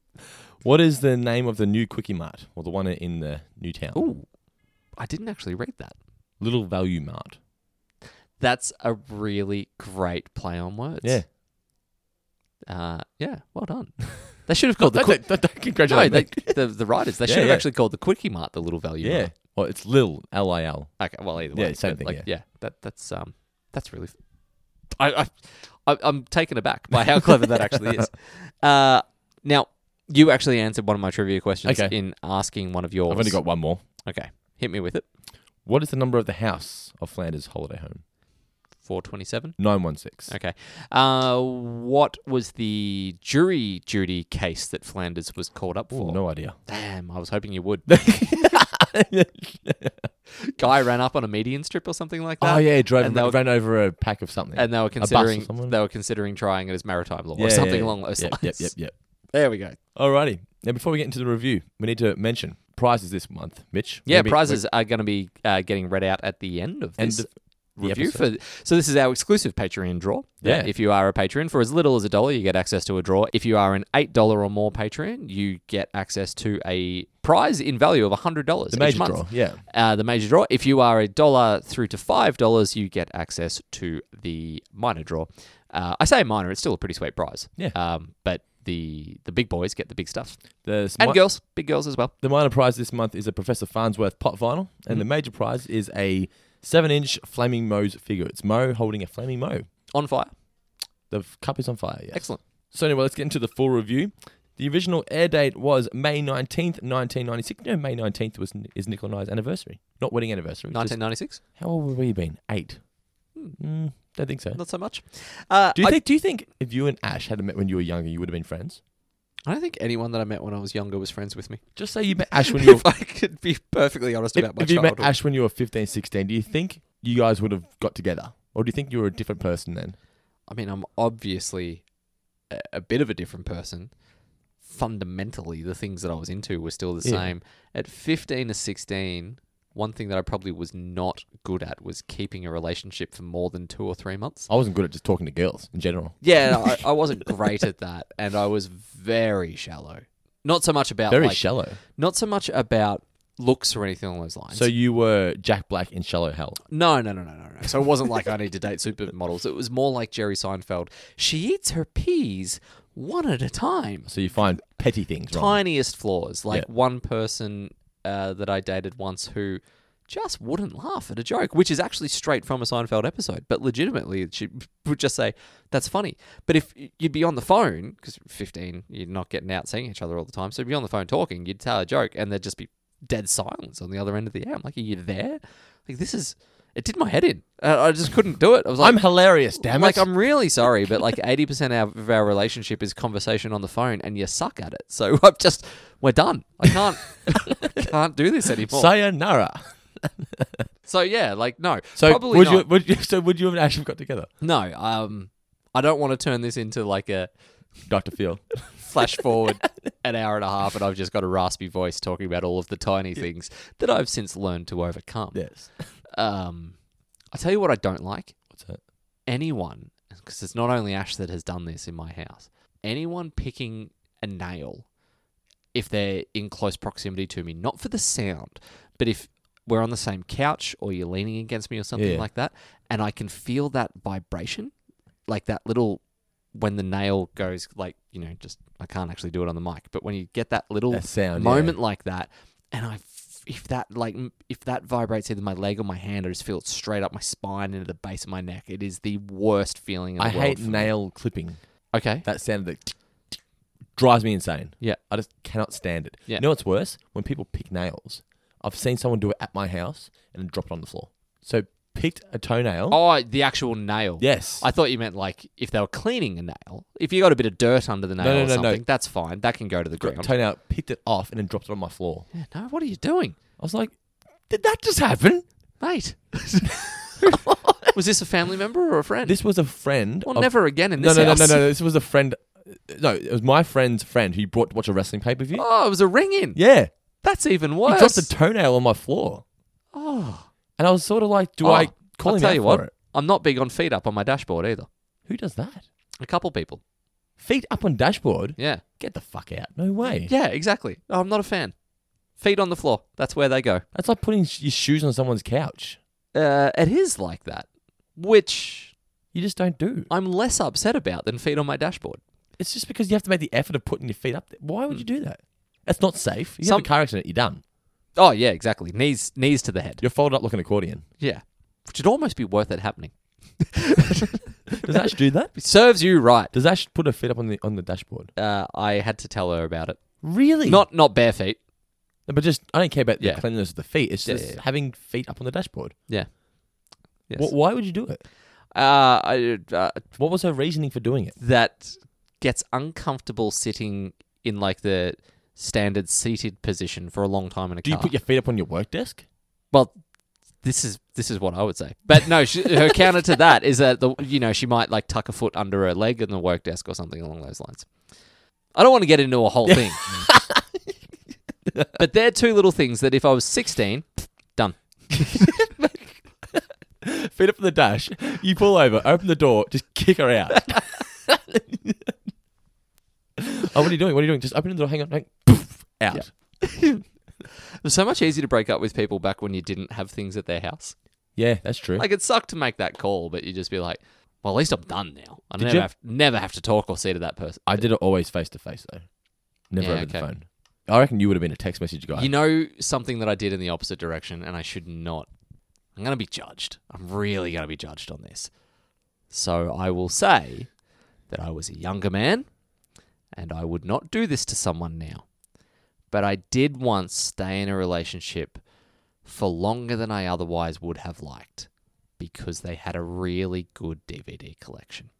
What is the name of the new quickie mart or the one in the new town? Ooh, I didn't actually read that. Little Value Mart. That's a really great play on words. Yeah. Uh, yeah. Well done. (laughs) They should have called the Don't- quick. don't- don't No, congratulate they, me. the the writers. (laughs) They Yeah, should have yeah. actually called the quickie mart the little value. Yeah. Mart. Well, it's Lil L I L. Okay. Well, either way. Yeah, same but, thing, Like, yeah. That that's um that's really. I I I I'm taken aback by how clever that (laughs) actually is. Uh, now you actually answered one of my trivia questions Okay. in asking one of yours. I've only got one more. Okay. Hit me with it. What is the number of the house of Flanders Holiday Home? Four twenty-seven. 916. Okay. Uh, what was the jury duty case that Flanders was called up for? Ooh, no idea. Damn, I was hoping you would. (laughs) Guy ran up on a median strip or something like that. oh, yeah, drove and and they were, ran over a pack of something. and they were A bus or considering someone. they were considering trying it as maritime law Yeah, or yeah, something yeah. along those yep, lines. Yep, yep, yep. There we go. Alrighty. Now, before we get into the review, we need to mention prizes this month, Mitch. We're Yeah, gonna be- prizes are going to be uh, getting read out at the end of End this of the review. For episode. so this is our exclusive Patreon draw. Yeah. If you are a patron, for as little as a dollar, you get access to a draw. If you are an eight dollar or more patron, you get access to a prize in value of hundred dollars The each major month. draw, yeah. Uh, the major draw. If you are a dollar through to five dollars, you get access to the minor draw. Uh, I say minor; it's still a pretty sweet prize. Yeah. Um, but the the big boys get the big stuff, The, and smi- girls, big girls as well. the minor prize this month is a Professor Farnsworth pot vinyl, and Mm. the major prize is a seven-inch Flaming Moe's figure. It's Moe holding a Flaming Moe. On fire. The f- cup is on fire. Yes. Excellent. So anyway, let's get into the full review. The original air date was May 19th, 1996. No, May 19th was is Nicole and I's anniversary. Not wedding anniversary. just- 1996. how old have we been? Eight. Mm, don't think so. Not so much. Uh, Do you Hmm. I, think do you think if you and Ash had met when you were younger, you would have been friends? I don't think anyone that I met when I was younger was friends with me. Just say you met Ash (laughs) when you were if I could be perfectly honest if, about my if you met childhood. Ash when you were 15, 16, do you think you guys would have got together? Or do you think you were a different person then? I mean, I'm obviously a, a bit of a different person. Fundamentally, the things that I was into were still the Yeah. same. At 15 or 16, one thing that I probably was not good at was keeping a relationship for more than two or three months. I wasn't good at just talking to girls in general. (laughs) Yeah, no, I, I wasn't great at that, and I was very shallow. Not so much about Very like, shallow. Not so much about looks or anything along those lines. So you were Jack Black in Shallow Hell. No, no, no, no, no, no. So it wasn't like I need to date supermodels. It was more like Jerry Seinfeld. She eats her peas one at a time. So you find petty things wrong. Tiniest flaws. Like Yeah. one person uh, that I dated once who just wouldn't laugh at a joke, which is actually straight from a Seinfeld episode. But legitimately, she (laughs) would just say, "That's funny." But if you'd be on the phone because fifteen, you're not getting out seeing each other all the time, so you'd be on the phone talking, you'd tell a joke, and there'd just be dead silence on the other end of the air. I'm like, "Are you there?" Like this is. It did my head in. Uh, I just couldn't do it. I was like, I'm hilarious, damn like it. I'm really sorry, (laughs) but like eighty percent of our relationship is conversation on the phone, and you suck at it. So (laughs) I've just we're done. I can't (laughs) I can't do this anymore. So, Sayonara. yeah, like no, So probably would not. you? Would you? So would you and Ash have got together, no. Um, I don't want to turn this into like a Doctor Phil? flash forward an hour and a half, and I've just got a raspy voice talking about all of the tiny things that I've since learned to overcome. (laughs) yes. Um, I tell you what, I don't like What's that? anyone, because it's not only Ash that has done this in my house, anyone picking a nail if they're in close proximity to me, not for the sound, but if we're on the same couch or you're leaning against me or something Yeah. like that, and I can feel that vibration, like that little when the nail goes like you know just I can't actually do it on the mic, but when you get that little That sound, moment like that, and I f- if that like m- if that vibrates either my leg or my hand, I just feel it straight up my spine into the base of my neck. It is the worst feeling. In the I world hate for me. nail clipping. Okay. That sound that tick, tick, drives me insane. Yeah. I just cannot stand it. Yeah. You know what's worse? When people pick nails. I've seen someone do it at my house and drop it on the floor. So picked a toenail. Oh, the actual nail. Yes. I thought you meant like if they were cleaning a nail. If you got a bit of dirt under the nail no, or no, no. something, that's fine. That can go to the ground. toenail, picked it off and then dropped it on my floor. Yeah, no, what are you doing, I was like, did that just happen? (laughs) mate? (laughs) was this a family member or a friend? This was a friend. well, of- never again in No, this no, no, house. no, no, no. This was a friend. No, it was my friend's friend who brought to watch a wrestling pay per view. Oh, it was a ring in. Yeah. That's even He worse. dropped a toenail on my floor. oh. And I was sort of like, do Oh, I call I'll him tell out you for what. it? I'm not big on feet up on my dashboard either. Who does that? A couple people. Feet up on dashboard? Yeah. Get the fuck out. No way. Yeah, exactly. Oh, I'm not a fan. Feet on the floor. That's where they go. That's like putting sh- your shoes on someone's couch. Uh, it is like that, which You just don't do. I'm less upset about than feet on my dashboard. It's just because you have to make the effort of putting your feet up there. Why would you do that? That's not safe. You Hmm. Some- have a car accident, you're done. Oh yeah, exactly. Knees knees to the head. You're folded up like an accordion. Yeah. Which would almost be worth it happening. (laughs) Does Ash do that? It serves you right. Does Ash put her feet up on the on the dashboard? Uh, I had to tell her about it. Really? Not. Not not bare feet. But just I don't care about Yeah. the cleanliness of the feet. It's Yeah, just yeah, yeah. having feet up on the dashboard. Yeah. Yes. Wh- why would you do it? uh, I, uh, What was her reasoning for doing it? that gets uncomfortable sitting in like the standard seated position for a long time in a Do you car. put your feet up on your work (laughs) desk? well, this is this is what I would say. But no, she, her (laughs) counter to that is that the you know she might like tuck a foot under her leg in the work desk or something along those lines. I don't want to get into a whole thing. (laughs) but they're two little things that if I was 16, done. Feet up on the dash. You pull over, open the door, just kick her out. (laughs) oh, what are you doing? What are you doing? Just open the door. Hang on. Hang, poof, (laughs) out. It was so much easier to break up with people back when you didn't have things at their house. Yeah, that's true. Like it sucked to make that call, but you just be like, well, at least I'm done now. I Did never you- have, never have to talk or see to that person. I did it always face to face though, never Yeah, over okay. the phone. I reckon you would have been a text message guy. You know something that I did in the opposite direction, and I should not. I'm going to be judged. I'm really going to be judged on this. So I will say that I was a younger man, and I would not do this to someone now. But I did once stay in a relationship for longer than I otherwise would have liked because they had a really good DVD collection.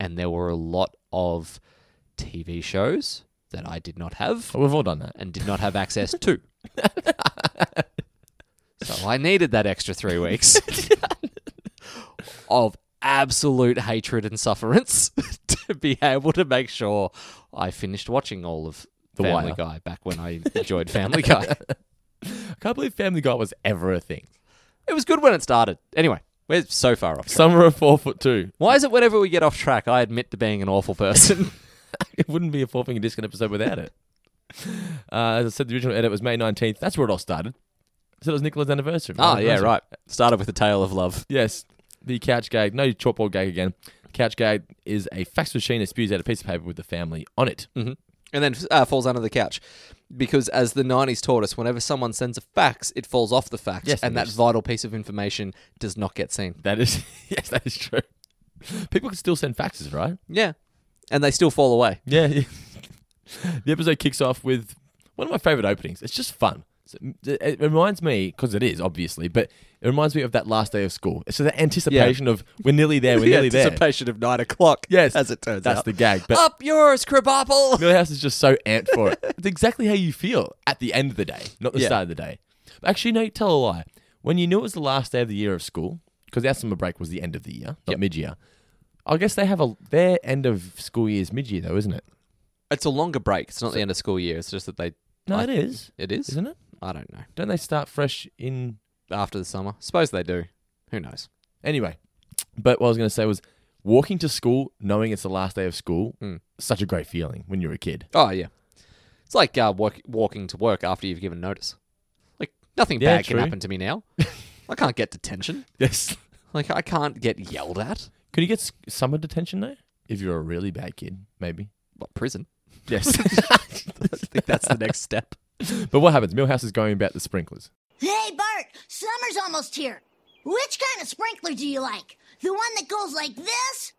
And there were a lot of TV shows that I did not have Oh, We've all done that. and did not have access to. (laughs) so I needed that extra three weeks of absolute hatred and sufferance (laughs) to be able to make sure I finished watching all of The Family Wire. Guy back when I enjoyed Family Guy. I can't believe Family Guy was ever a thing. It was good when it started. Anyway, we're so far off. track. Summer of four foot two. Why is it whenever we get off track, I admit to being an (laughs) awful person? It wouldn't be a four finger discount episode without (laughs) it. Uh, as I said, the original edit was May nineteenth. That's where it all started. So it was Nicola's anniversary. oh, yeah, Anniversary. right. Started with a tale of love. Yes, the couch gag. No chalkboard gag again. Couch gag is a fax machine that spews out a piece of paper with the family on it. Mm-hmm. and then uh, falls under the couch. Because as the 90s taught us, whenever someone sends a fax, it falls off the fax, Yes, and it that is. vital piece of information does not get seen. That is (laughs) yes, that is true. People can still send faxes, right? Yeah. And they still fall away. Yeah. (laughs) yeah. the episode kicks off with one of my favorite openings. It's just fun. So, It reminds me, because it is obviously, but it reminds me of that last day of school. It's the anticipation of we're nearly (laughs) there, we're the nearly there. anticipation of nine o'clock. Yes, as it turns that's out. the gag, but- up (laughs) yours, Krabappel. (laughs) Millhouse is just so amped for it. it's exactly how you feel at the end of the day, not the Yeah. start of the day. Actually, no, tell a lie. When you knew it was the last day of the year of school, because our summer break was the end of the year, not mid-year. I guess they have a their end of school year is mid-year though, isn't it? It's a longer break. It's not the end of school year. It's just that they. No, I- it is. It is? Isn't it? I don't know. Don't they start fresh in After the summer, suppose they do. Who knows? Anyway, but what I was going to say was walking to school knowing it's the last day of school, such a great feeling when you're a kid. Oh yeah, it's like uh, walk, walking to work after you've given notice. Like nothing Yeah, bad true. can happen to me (laughs) now. I can't get detention. (laughs) Yes. Like I can't get yelled at. Could you get s- summer detention though? If you're a really bad kid, maybe. What prison? (laughs) Yes. I think that's the next step. (laughs) but what happens? Millhouse is going about the sprinklers. Hey, Bert, summer's almost here. Which kind of sprinkler do you like? The one that goes like this?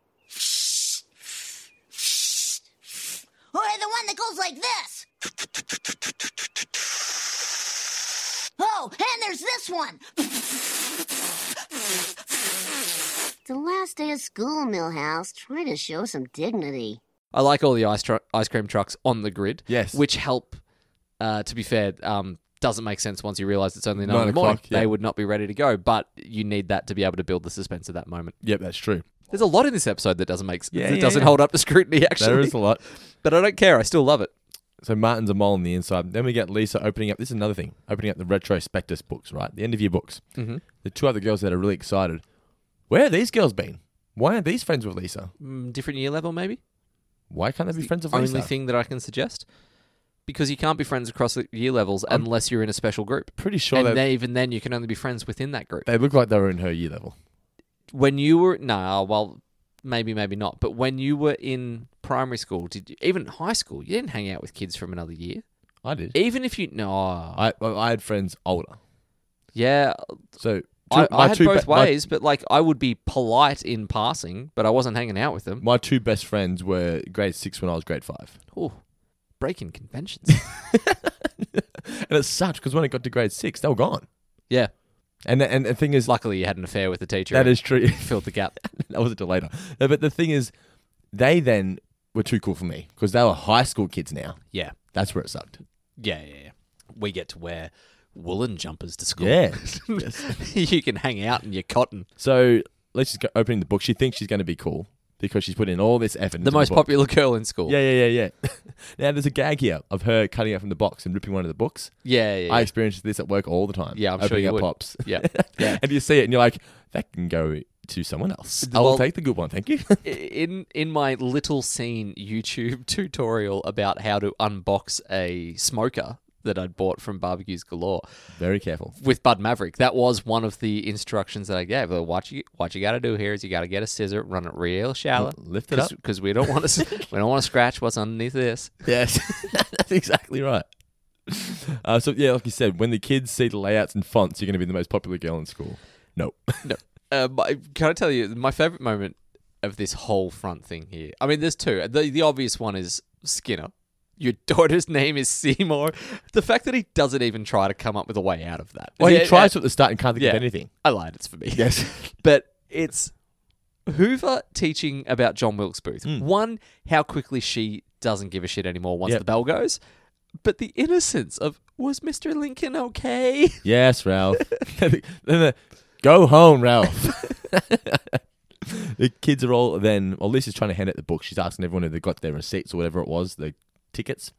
Or the one that goes like this? Oh, and there's this one. The last day of school, Millhouse. Try to show some dignity. (laughs) I like all the ice tru- ice cream trucks on the grid. Yes. which help. Uh, to be fair, um, doesn't make sense once you realise it's only nine, Nine in the morning. o'clock, yeah. They would not be ready to go, but you need that to be able to build the suspense of that moment. Yep, that's true. There's a lot in this episode that doesn't make sense. Yeah, that yeah, doesn't yeah. hold up to scrutiny, (laughs) actually. There is a (laughs) lot. But I don't care. I still love it. So Martin's a mole on the inside. Then we get Lisa opening up. This is another thing. Opening up the retrospectus books, right? The end of year books. Mm-hmm. The two other girls that are really excited. Where have these girls been? Why aren't these friends with Lisa? Mm, different year level, maybe. Why can't they be friends with only Lisa? thing that I can suggest. Because you can't be friends across the year levels unless you're in a special group. Pretty sure and that- then, even then, you can only be friends within that group. They look like they were in her year level. when you were nah, well, maybe maybe not. But when you were in primary school, did you, even high school, you didn't hang out with kids from another year. I did. Even if you no, I well, I had friends older. yeah, So two, I, I had both be- my- ways. but like, I would be polite in passing, but I wasn't hanging out with them. My, two best friends were grade six when I was grade five, Ooh, (laughs) breaking conventions. and it sucked because when it got to grade six, they were gone. yeah, And the, and the thing is, like luckily you had an affair with the teacher. that and is true. (laughs) filled the gap. that wasn't till later. No, but the thing is, they then were too cool for me because they were high school kids now. Yeah, That's where it sucked. yeah, yeah, yeah. We get to wear woolen jumpers to school. (laughs) Yeah. you can hang out in your cotton. So let's just go opening the book. She thinks she's going to be cool because she's put in all this effort. into The most book. popular girl in school. Yeah, yeah, yeah, yeah. (laughs) now there's a gag here of her cutting out from the box and ripping one of the books. yeah, yeah. yeah. I experienced this at work all the time. Yeah, I'm sure opening you up would. pops. (laughs) (laughs) Yeah. and you see it, and you're like, that can go to someone else. I will Well- take the good one, thank (laughs) you. in in my little scene YouTube (laughs) tutorial about how to unbox a smoker that I'd bought from Barbecues Galore Very (laughs) careful. with Bud Maverick, that was one of the instructions that I gave. Like, what you what you got to do here is you got to get a scissor, run it real shallow, lift it up. because we don't (laughs) want to we don't want to scratch what's underneath this. Yes, (laughs) that's exactly right. Uh, so yeah, like you said, when the kids see the layouts and fonts, you're going to be the most popular girl in school. No, No. Uh, my- can I tell you my favorite moment of this whole front thing here? I mean, there's two. The the obvious one is Skinner. Your (laughs) daughter's name is Seymour. The fact that he doesn't even try to come up with a way out of that. well, (laughs) Yeah, you try yeah, to at the start and can't think of anything. I lied. It's for me. Yes. (laughs) but it's Hoover teaching about John Wilkes Booth. Hmm. One, how quickly she doesn't give a shit anymore once Yep. the bell goes. But the innocence of was Mr. Lincoln okay? (laughs) Yes, Ralph. Then the, Go home, Ralph. the kids are all then. Well, Lisa's trying to hand out the book. She's asking everyone if they got their receipts or whatever it was, the tickets.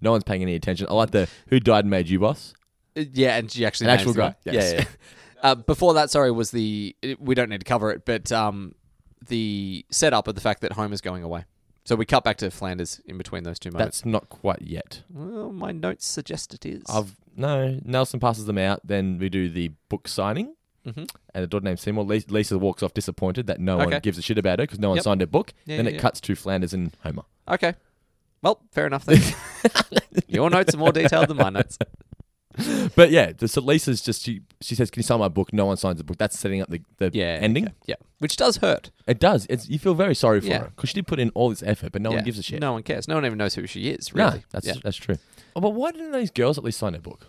No one's paying any attention. I like the who died and made you boss. Uh, Yeah, and she actually An names actual them. guy, yes. Yeah, yeah. (laughs) uh, before that, sorry, was the it- we don't need to cover it, but um, the setup of the fact that Homer's going away. So we cut back to Flanders in between those two moments. That's not quite yet. well, my notes suggest it is. I've no. Nelson passes them out. Then we do the book signing. Mhm. And the daughter named Seymour. Lis- Lisa walks off disappointed that no Okay. one gives a shit about her because no one Yep. signed her book. Yeah, then yeah, it yeah. cuts to Flanders and Homer. okay. Well, fair (laughs) enough then. Your notes are more detailed than my notes. But yeah, the- so Lisa's just she, she says, "Can you sign my book?" No one signs the book. That's setting up the, the Yeah. ending. okay, Yeah. Which does hurt. It does. It's, you feel very sorry for Yeah. her because she did put in all this effort, but no Yeah. one gives a shit. No one cares. No one even knows who she is, No, really. that's Yeah. that's true. Oh, but why didn't those girls at least sign a book?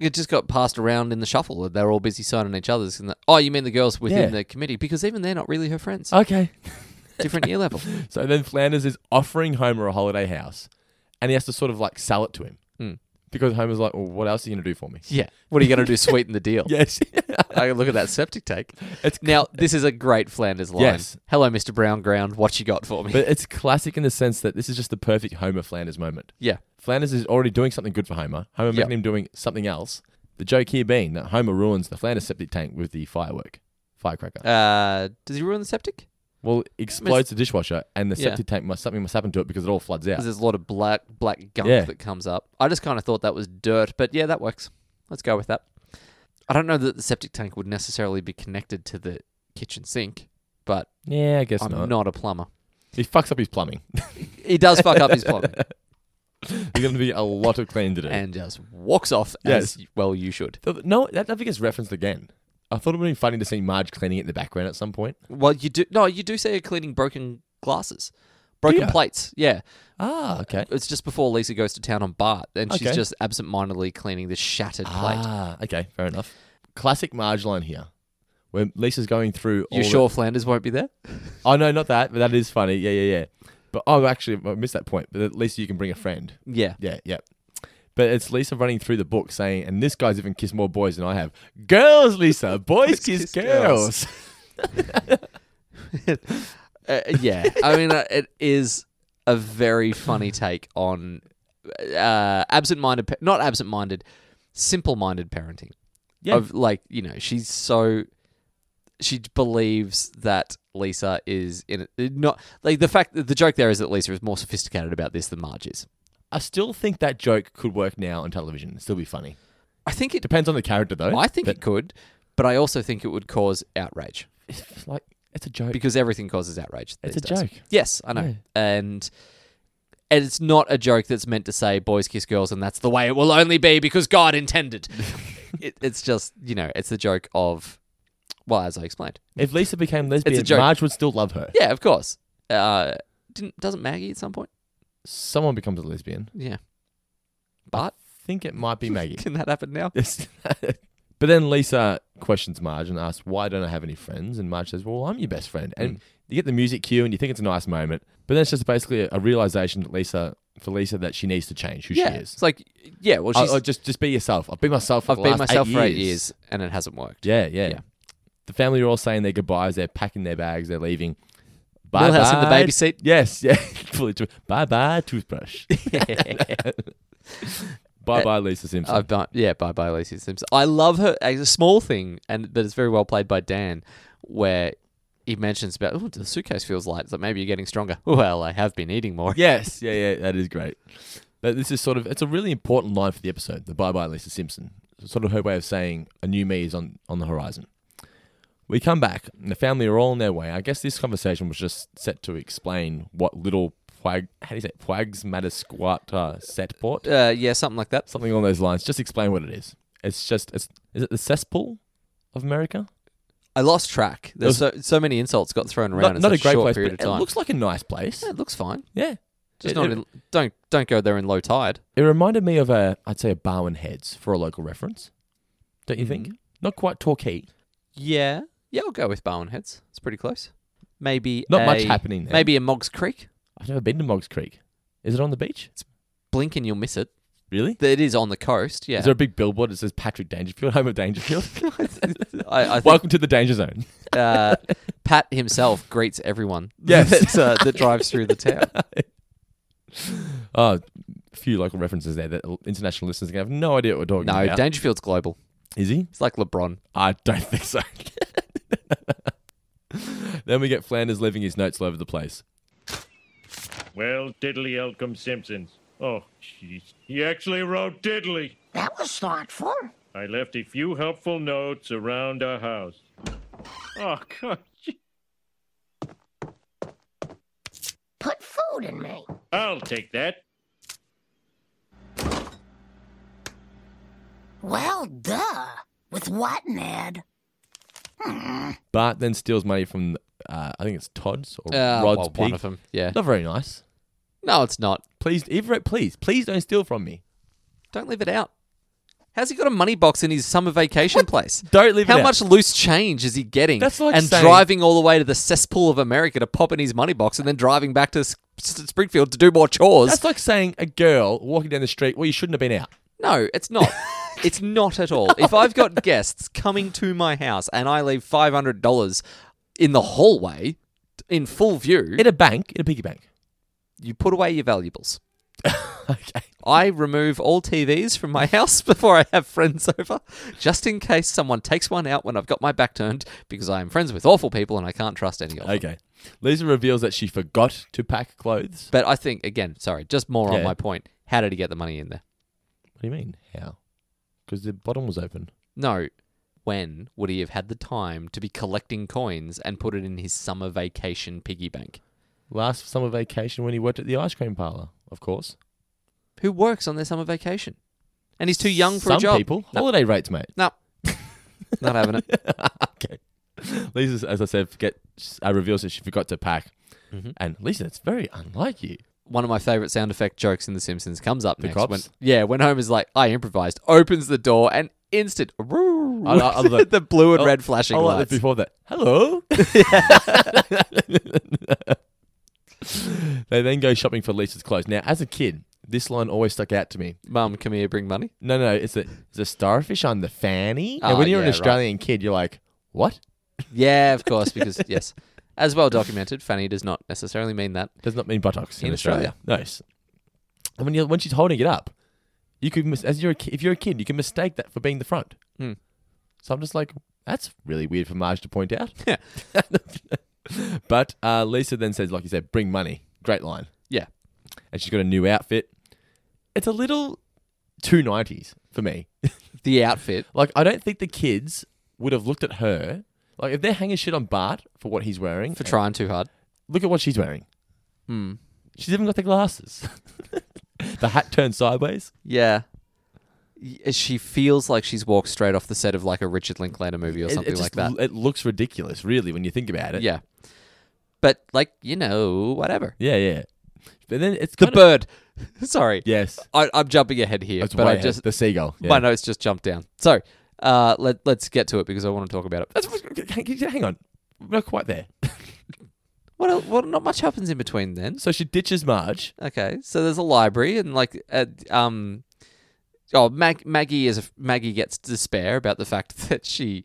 it just got passed around in the shuffle. They're all busy signing each other's. And the, oh, you mean the girls within Yeah. Oh. the committee? Because even they're not really her friends. Okay. Different (laughs) year level. So then Flanders is offering Homer a holiday house, and he has to sort of like sell it to him Hmm. because Homer's like, "Well, what else are you gonna do for me?" Yeah. What are you going to do? Sweeten the (laughs) deal. (laughs) Yes. (laughs) I look at that septic (laughs) tank. It's now, this is a great Flanders line. Yes. Hello, Mr. Brown Ground. What you got for me? but it's classic in the sense that this is just the perfect Homer Flanders moment. (laughs) yeah. Flanders is already doing something good for Homer. Homer Yeah. making him doing something else. The joke here being that Homer ruins the Flanders septic tank with the firework, firecracker. Uh, does he ruin the septic? well, explodes the dishwasher, and the Yeah. septic tank must something must happen to it because it all floods out. Because there's a lot of black black gunk Yeah. that comes up. I just kind of thought that was dirt, but yeah, that works. Let's go with that. I don't know that the septic tank would necessarily be connected to the kitchen sink, but Yeah, I guess I'm not. not a plumber. He fucks up his plumbing. He does fuck up his (laughs) plumbing There's going to be a lot of cleaning to do. and just walks off Yes. as well you should. Th- no, that I think it's referenced again. I thought it would be funny to see Marge cleaning it in the background at some point. Well, you do no, you do say you're cleaning broken glasses. Broken ya? plates. Yeah. Ah, okay. It's just before Lisa goes to town on Bart and she's Okay. just absentmindedly cleaning this shattered plate. Ah, okay, fair enough. Classic Marge line here, where Lisa's going through. You all sure Flanders won't be there? The- oh no, not that. But that is funny. Yeah, yeah, yeah. But oh, actually, I missed that point. But at least you can bring a friend. Yeah. Yeah, yeah. But it's Lisa running through the book saying, and this guy's even kissed more boys than I have. Girls, (laughs) Lisa, boys kiss, kiss girls. (laughs) girls. Uh, yeah, I mean, uh, it is a very funny take on uh, absent-minded, pa- not absent-minded, simple-minded parenting. Yeah. Of like, you know, she's so she believes that Lisa is in it. Not like the fact that the joke there is that Lisa is more sophisticated about this than Marge is. I still think that joke could work now on television. It'd still be funny. I think it. Depends on the character, though. I think But it could, but I also think it would cause outrage. it's like it's a joke. because everything causes outrage. It's these a days. joke. Yes, I know, Yeah. and and it's not a joke that's meant to say boys kiss girls, and that's the way it will only be because God (laughs) intended. it, it's just you know, it's the joke of well, as I explained. If Lisa became lesbian, joke. Marge would still love her. Yeah, of course. Uh, didn't doesn't Maggie at some point? Someone becomes a lesbian. Yeah, but I think it (laughs) might be (laughs) Maggie. can that happen now? Yes. but then Lisa questions Marge and asks, "Why don't I have any friends?" And Marge says, "Well, I'm your best friend." And you get the music cue, and you think it's a nice moment, but then it's just basically a, a realization that Lisa, for Lisa, that she needs to change who Yeah, she is. it's like yeah. Well, Oh, she's, oh, just just be yourself. I've been myself. For I've the been last myself eight for eight years. years, and it hasn't worked. Yeah, yeah, Yeah. The family are all saying their goodbyes. They're packing their bags. They're leaving. Bye Milhouse in the baby seat. Yes, yeah. (laughs) Fully true. Bye bye (laughs) toothbrush. (laughs) bye bye Lisa Simpson. I've done, yeah, bye bye Lacey Simpson. I love her. It's a small thing, and that is very well played by Dan, where he mentions about, oh, the suitcase feels light. It's like maybe you're getting stronger. (laughs) Well, I have been eating more. yes, yeah, yeah. That is great. But this is sort of it's a really important line for the episode. The bye bye Lisa Simpson. It's sort of her way of saying a new me is on on the horizon. We come back and the family are all on their way. I guess this conversation was just set to explain what little Pwag, how do you say it? Pwags matter squat uh, set port. Uh, yeah, something like that. something along those lines. Just explain what it is. It's just it's is it the cesspool of America? I lost track. There's so, so many insults got thrown around. Not, in not a such great short place, period but of it time. looks like a nice place. Yeah, it looks fine. Yeah, Just it, not it- in, don't don't go there in low tide. it reminded me of a I'd say a Barwon Heads for a local reference. Don't you think? Not quite Torquay. Yeah, yeah, I'll go with Bowen Heads. It's pretty close. Maybe Not much a- happening there. Maybe a Moggs Creek. I've never been to Moggs Creek. Is it on the beach? Blink and you'll miss it. Really? It is on the coast. Yeah, Is there a big billboard that (laughs) says Patrick Dangerfield, home of Dangerfield? (laughs) I, I think Welcome to the danger zone. uh, Pat himself greets everyone Yes. (laughs) that, uh, that drives through the town. Uh, few local references there that international listeners can have no idea what we're talking No, about. Dangerfield's global. Is he? It's like LeBron. I don't think so. (laughs) then we get Flanders leaving his notes all over the place. Well, Diddley Elcom Simpsons. Oh, jeez. He actually wrote Diddley. That was thoughtful. I left a few helpful notes around our house. Oh, God. gee. Put food in me. I'll take that. Well, duh. With what, Ned? Bart then steals money from, uh, I think it's Todd's or Uh, Rod's well, pig. one of them. Yeah. Not very nice. No, it's not. Please, Everett, please, please don't steal from me. Don't leave it out. How's he got a money box in his summer vacation place? Don't leave it How out. much loose change is he getting? That's like and saying- driving all the way to the cesspool of America to pop in his money box, and then driving back to S- S- Springfield to do more chores. That's like saying a girl walking down the street, well, you shouldn't have been out. No, (laughs) it's not. it's not at all. If I've got guests coming to my house and I leave five hundred dollars in the hallway in full view, In a bank, in a piggy (laughs) bank. you put away your valuables. okay. I remove all TVs from my (laughs) house before I have friends over, just in case someone takes one out when I've got my back turned, because I am friends with awful people and I can't trust any of them. Okay. Lisa reveals that she forgot to pack clothes. But I think again, sorry, just more on Yeah. my point. How did he get the money in there? What do you mean? How? Because the bottom was open. No. When would he have had the time to be collecting coins and put it in his summer vacation piggy bank? Last summer vacation when he worked at the ice cream parlor, of course. Who works on their summer vacation? And he's too young for Some a job. people. No. Holiday rates, mate. no. (laughs) Not having it. okay. Lisa, as I said, forget, uh, reveals that she forgot to pack. Mm-hmm. And Lisa, it's very unlike you. One of my favorite sound effect jokes in The Simpsons comes up The next. When, cops? yeah, when Homer's like, I improvised, opens the door and instant. I lo- I (laughs) love it. the blue and Oh, red flashing I like that lights. before that. Hello. (laughs) they then go shopping for Lisa's clothes. Now, as a kid, this line always stuck out to me. Mum, come here, bring money. No, no, it's a it's a starfish on the fanny. and Oh, when you're an yeah, right. Australian kid, you're like, what? Yeah, of course, because, (laughs) yes. As well documented, Fanny does not necessarily mean that. Does not mean buttocks in, In Australia. Australia. Nice. And when you when she's holding it up, you could mis- as you're a, ki- if you're a kid, you can mistake that for being the front. Hmm. So I'm just like, that's really weird for Marge to point out. (laughs) Yeah. (laughs) but uh, Lisa then says, like you said, bring money. Great line. Yeah. And she's got a new outfit. It's a little two nineties for me. The outfit. Like I don't think the kids would have looked at her. Like if they're hanging shit on Bart for what he's wearing, (laughs) for trying too hard. look at what she's wearing. Hmm. She's even got the glasses. (laughs) the hat turned sideways. Yeah. Y- She feels like she's walked straight off the set of like a Richard Linklater movie or It- it something just like that. l- It looks ridiculous, really, when you think about it. yeah. But like, you know, whatever. yeah, yeah. But then it's The kind of- bird. (laughs) Sorry. yes, I, I'm jumping ahead here, it's but way I ahead. just the seagull. Yeah. my notes just jumped down. So, uh, let let's get to it because I want to talk about it. That's, hang hang on, we're not quite there. What? el- What? Not much happens in between then. So she ditches Marge. Okay, so there's a library and like uh, um, oh Mag- Maggie is a, Maggie gets despair about the fact (laughs) that she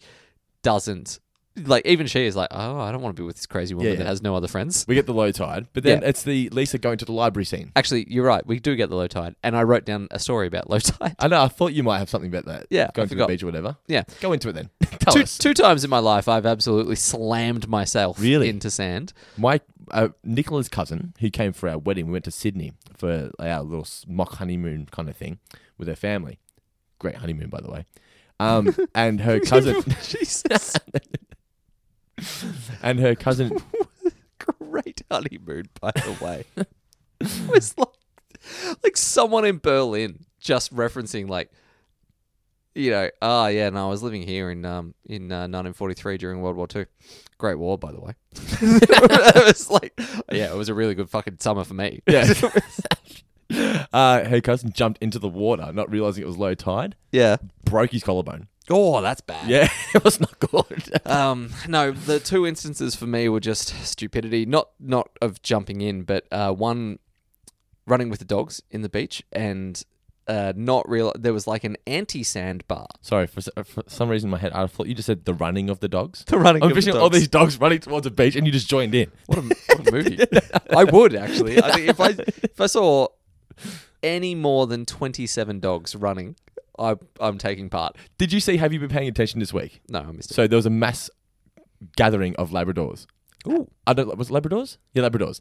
doesn't like even she is like oh I don't want to be with this crazy woman Yeah, yeah. that has no other friends. We get the low tide, but then Yeah. it's the Lisa going to the library scene. Actually, you're right. We do get the low tide, and I wrote down a story about low (laughs) tide. I know. I thought you might have something about that. Yeah, I going to the forgot. beach or whatever. Yeah. Go into it (laughs) then. Tell Two, us. two times in my life, I've absolutely slammed myself Really? into sand. My uh, Nicola's cousin, who came for our wedding, we went to Sydney for our little s- mock honeymoon kind of thing with her family. Great honeymoon, by the way. (laughs) Um, and her cousin, (laughs) Jesus, and her cousin, (laughs) great honeymoon, by the way. it was like, like someone in Berlin just referencing like, you know, ah, yeah, no, I was living here in um in uh, 1943 during World War Two, Great War, by the way. (laughs) it was like, yeah, it was a really good fucking summer for me. yeah, uh, her cousin jumped into the water, not realizing it was low tide, yeah. broke his collarbone. Oh, that's bad. Yeah, (laughs) it was not good. (laughs) Um, no, the two instances for me were just stupidity, not not of jumping in, but uh, one running with the dogs in the beach and uh, not real. There was like an anti-sand bar. Sorry, for, s- uh, for some reason in my head, I thought you just said the running of the dogs. The running I'm of the picturing all dogs. these dogs running towards a beach, and you just joined in. What a, what a movie! I would actually. I think if I if I saw any more than twenty-seven dogs running, I I'm taking part. (laughs) Did you see? Have you been paying attention this week? No, I missed it. So there was a mass gathering of Labradors. Ooh. I don't, was it Labradors? Yeah, Labradors,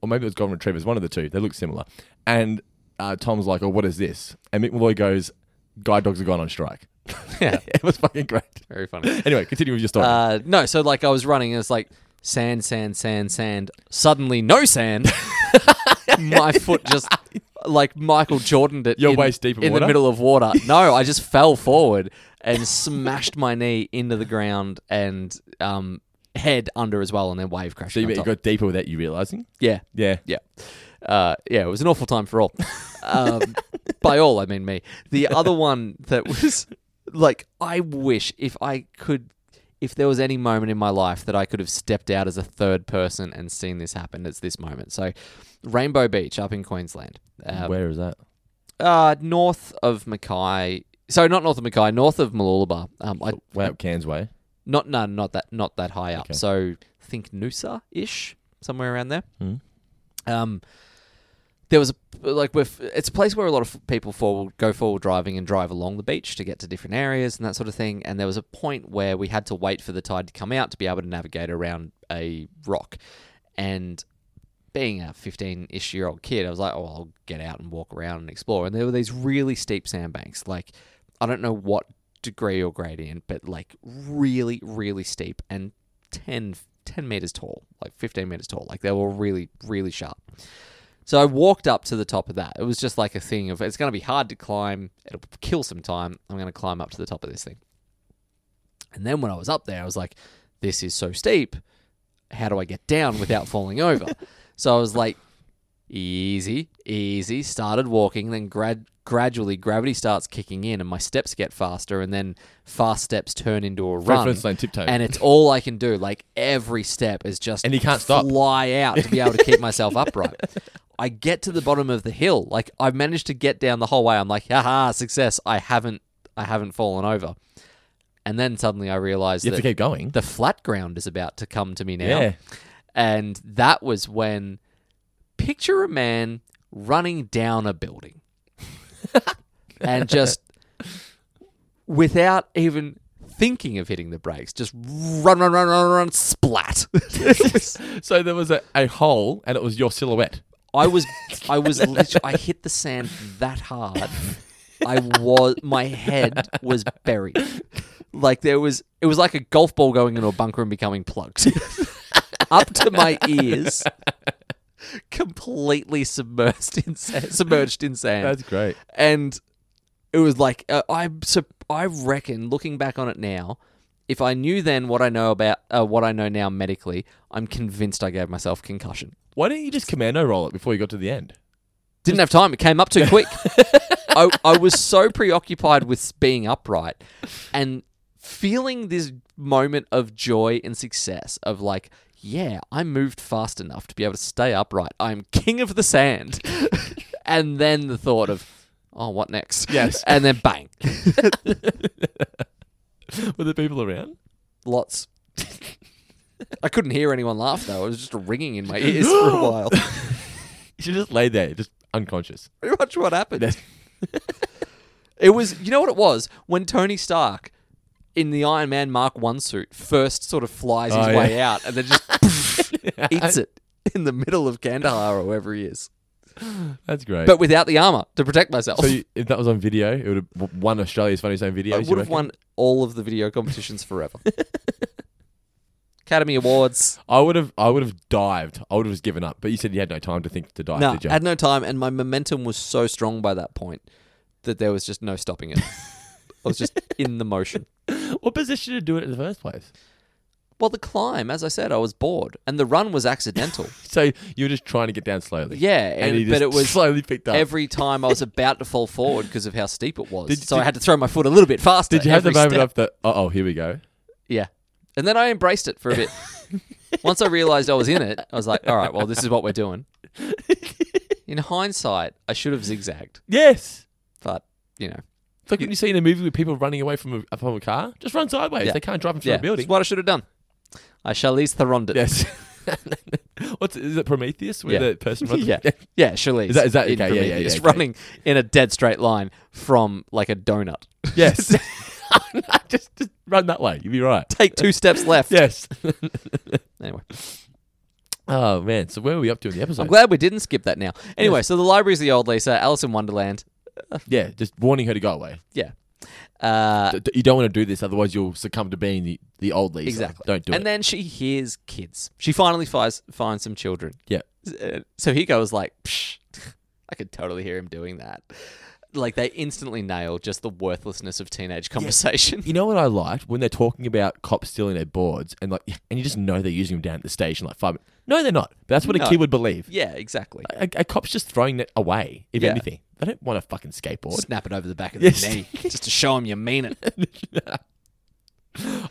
or maybe it was Golden Retrievers. One of the two. They look similar. And uh, Tom's like, "Oh, what is this?" And Mick Malloy goes, "Guide dogs have gone on (laughs) strike." (laughs) Yeah. it was fucking great. Very funny. Anyway, continue with your story. Uh, no, so like I was running, and it's like sand, sand, sand, sand. Suddenly, no sand. (laughs) my foot just like Michael Jordan it. You're in- waist deep in in water? the middle of (laughs) water. No, I just fell forward and smashed my knee into the ground and um, head under as well, and then wave crashed. so you, on it top. got deeper without you realizing. yeah, Yeah. yeah, uh, yeah. It was an awful time for all. Um, by all, I mean me. The other one that was like, I wish if I could, if there was any moment in my life that I could have stepped out as a third person and seen this happen, it's this moment. So, Rainbow Beach up in Queensland. Um, Where is that? uh, north of Mackay. So not north of Mackay, north of Mooloolaba. Um, I, Way up Cairns Way. not no, not that not that high up. Okay. So think Noosa ish, somewhere around there. Um, there was a like with it's a place where a lot of people forward, go forward driving and drive along the beach to get to different areas and that sort of thing. And there was a point where we had to wait for the tide to come out to be able to navigate around a rock. And being a 15 ish year old kid, I was like, oh, I'll get out and walk around and explore. And there were these really steep sandbanks. Like, I don't know what degree or gradient, but like really, really steep and 10, 10 meters tall, like 15 meters tall. Like, they were really, really sharp. So I walked up to the top of that. It was just like a thing of it's going to be hard to climb. It'll kill some time. I'm going to climb up to the top of this thing. And then when I was up there, I was like, this is so steep. How do I get down without falling (laughs) over? so I was like, easy, easy. Started walking, then grad- gradually gravity starts kicking in, and my steps get faster, and then fast steps turn into a Fred run. Flintstone tiptoe. And it's all I can do. Like every step is just And you can't stop. fly out to be able to (laughs) keep myself upright. I get to the bottom of the hill. Like I've managed to get down the whole way. I'm like, haha, success. I haven't I haven't fallen over. And then suddenly I realized You have that to keep going. the flat ground is about to come to me now. Yeah. And that was when picture a man running down (laughs) a building and just without even thinking of hitting the brakes, just run, run, run, run, run, (laughs) splat. so there was a, a hole, and it was your silhouette. I was, I was, literally, I hit the sand that hard. I was, my head was buried. Like there was, it was like a golf ball going into a bunker and becoming plugged (laughs) up to my ears, completely submerged in sand, submerged in sand. great. and it was like uh, I so I reckon looking back on it now, if I knew then what I know about uh, what I know now medically, I'm convinced I gave myself concussion. Why didn't you just commando roll it before you got to the end? (laughs) Didn't have time. It came up too quick. I, I was so preoccupied with being upright and feeling this moment of joy and success of like, yeah, I moved fast enough to be able to stay upright. I'm king of the sand. and then the thought of, oh, what next? Yes. And then bang. Were there people around? Lots. (laughs) I couldn't hear anyone laugh though. It was just a ringing in my ears for a while. You should just lay there, just unconscious. (laughs) Pretty much what happened. (laughs) it was, you know what it was? When Tony Stark in the Iron Man Mark 1 suit first sort of flies his Oh, yeah. way out and then (laughs) just eats it in the middle of Kandahar or wherever he is. That's great. But without the armor to protect myself. so you, if that was on video, it would have w- won Australia's funniest home video. I would have won all of the video competitions forever. (laughs) Academy Awards. I would have. I would have dived. I would have just given up. But you said you had no time to think to dive. No, did you? had no time, and my momentum was so strong by that point that there was just no (laughs) stopping it. I was just in the motion. what position to do it in the first place? Well, the climb, as I said, I was bored, and the run was (laughs) accidental. So you were just trying to get down slowly. Yeah, and, and- you but just it (laughs) was slowly picked up. Every time I was about to fall forward because of how steep it was, Did- so I did- had to throw my foot a little bit faster. did you have the every moment step. of the? Oh, here we go. Yeah, and then I embraced it (laughs) for a bit. Once I realized I was in it, I was like, "All right, well, (laughs) this is what we're doing." In hindsight, I should have zigzagged, Yes. but you know. It's like when you see in a movie with people running away from a, from a car, just run sideways. Yeah. They can't drive them through Yeah, a building. That's what I should have done. I Charlize Theron did. Yes. (laughs) What's is it Prometheus where Yeah. the (laughs) person runs? (laughs) yeah, yeah, Charlize. Is that- is that- in okay, yeah, yeah, Prometheus, yeah, okay. running in a dead straight line from like a donut. Yes. (laughs) just, just run that way. You'll be right. Take two steps left. Yes. Anyway, oh man. So where were we up to in the episode? I'm glad we didn't skip that now. Anyway, so the library's the old Lisa, Alice in Wonderland. Yeah. Just warning her to go away. Yeah. Uh, D- d- you don't want to do this, otherwise you'll succumb to being the, the old Lisa. exactly. Don't do and it. then she hears kids. She finally finds finds some children. yeah. Uh, so he goes like, Psh, (laughs) I could totally hear him doing that. Like they instantly nail just the worthlessness of teenage conversation. You know what I liked when they're talking about cops stealing their boards and like, and you just know they're using them down at the station like five. No, they're not. But that's what No. a kid would believe. (laughs) Yeah, exactly. A, a cop's just throwing it away. If Yeah. anything, they don't want a fucking skateboard. Snap it over the back of Yes. the knee just to show him you (laughs) mean it.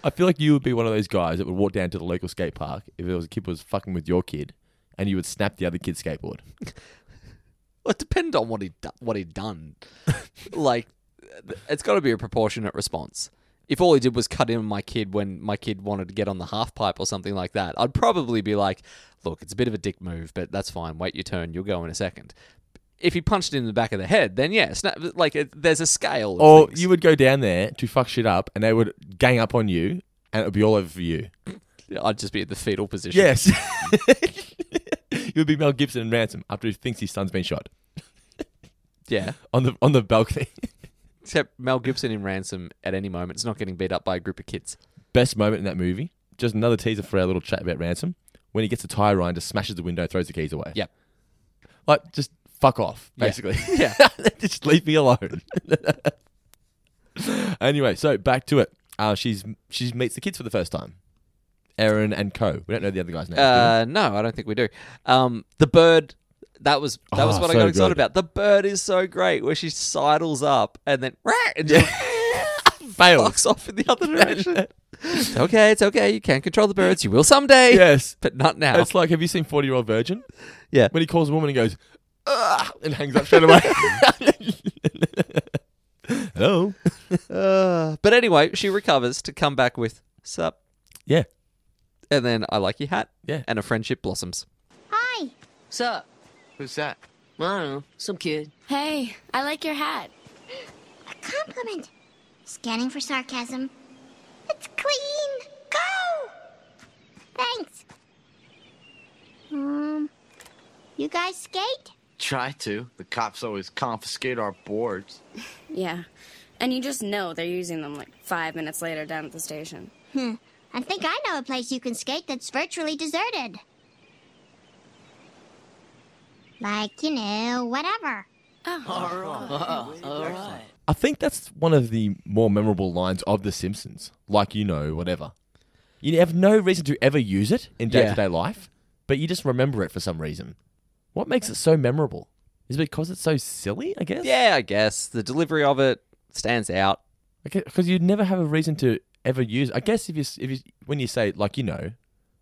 I feel like you would be one of those guys that would walk down to the local skate park if it was a kid was fucking with your kid, and you would snap the other kid's skateboard. Well, it depends on what he do- what he'd done. like, th- it's got to be a proportionate response. If all he did was cut in on my kid when my kid wanted to get on the half pipe or something like that, I'd probably be like, "Look, it's a bit of a dick move, but that's fine. Wait your turn. You'll go in a second. If he punched him in the back of the head, then yeah, snap, like it, there's a scale. Of Or things. Oh, you would go down there to fuck shit up, and they would gang up on you, and it would be all over for you. I'd just be at the fetal position. Yes. (laughs) you would be Mel Gibson and ransom after he thinks his son's been shot yeah. on the on the balcony. (laughs) Except Mel Gibson in Ransom at any moment is not getting beat up by a group of kids. Best moment in that movie. Just another teaser for our little chat about ransom. When he gets a tire iron, just smashes the window, throws the keys away. Yep. Like just fuck off, Yeah. basically. (laughs) Yeah. (laughs) just leave me alone. (laughs) anyway, so back to it. Uh, she's she meets the kids for the first time. Aaron and Co. We don't know the other guy's name. Uh, no, I don't think we do. Um, the bird. That was that was Oh, what I so got excited good. about. The bird is so great, where she sidles up and then "Rah!" and just (laughs) fucks off in the other direction. it's okay, it's okay. You can't control the birds. You will someday, yes. but not now. It's like, have you seen Forty Year Old Virgin? yeah, When he calls a woman and goes, "Ugh," and hangs up (laughs) straight away. Hello. Uh, but anyway, she recovers to come back with sup, Yeah. and then I like your hat. Yeah. and a friendship blossoms. Hi. Sup? Who's that? I don't know. Some kid. Hey, I like your hat. A compliment. Scanning for sarcasm. It's clean. Go. Thanks. Um, you guys skate? Try to. The cops always confiscate our boards. Yeah. And you just know they're using them like five minutes later down at the station. Hmm. I think I know a place you can skate that's virtually deserted. Like, you know, whatever. All right. I think that's one of the more memorable lines of The Simpsons. Like you know, whatever. You have no reason to ever use it in Yeah. day to day life, but you just remember it for some reason. What makes it so memorable? Is it because it's so silly, I guess? Yeah, I guess the delivery of it stands out. Because you'd never have a reason to ever use. I guess if you s- if you when you say like you know,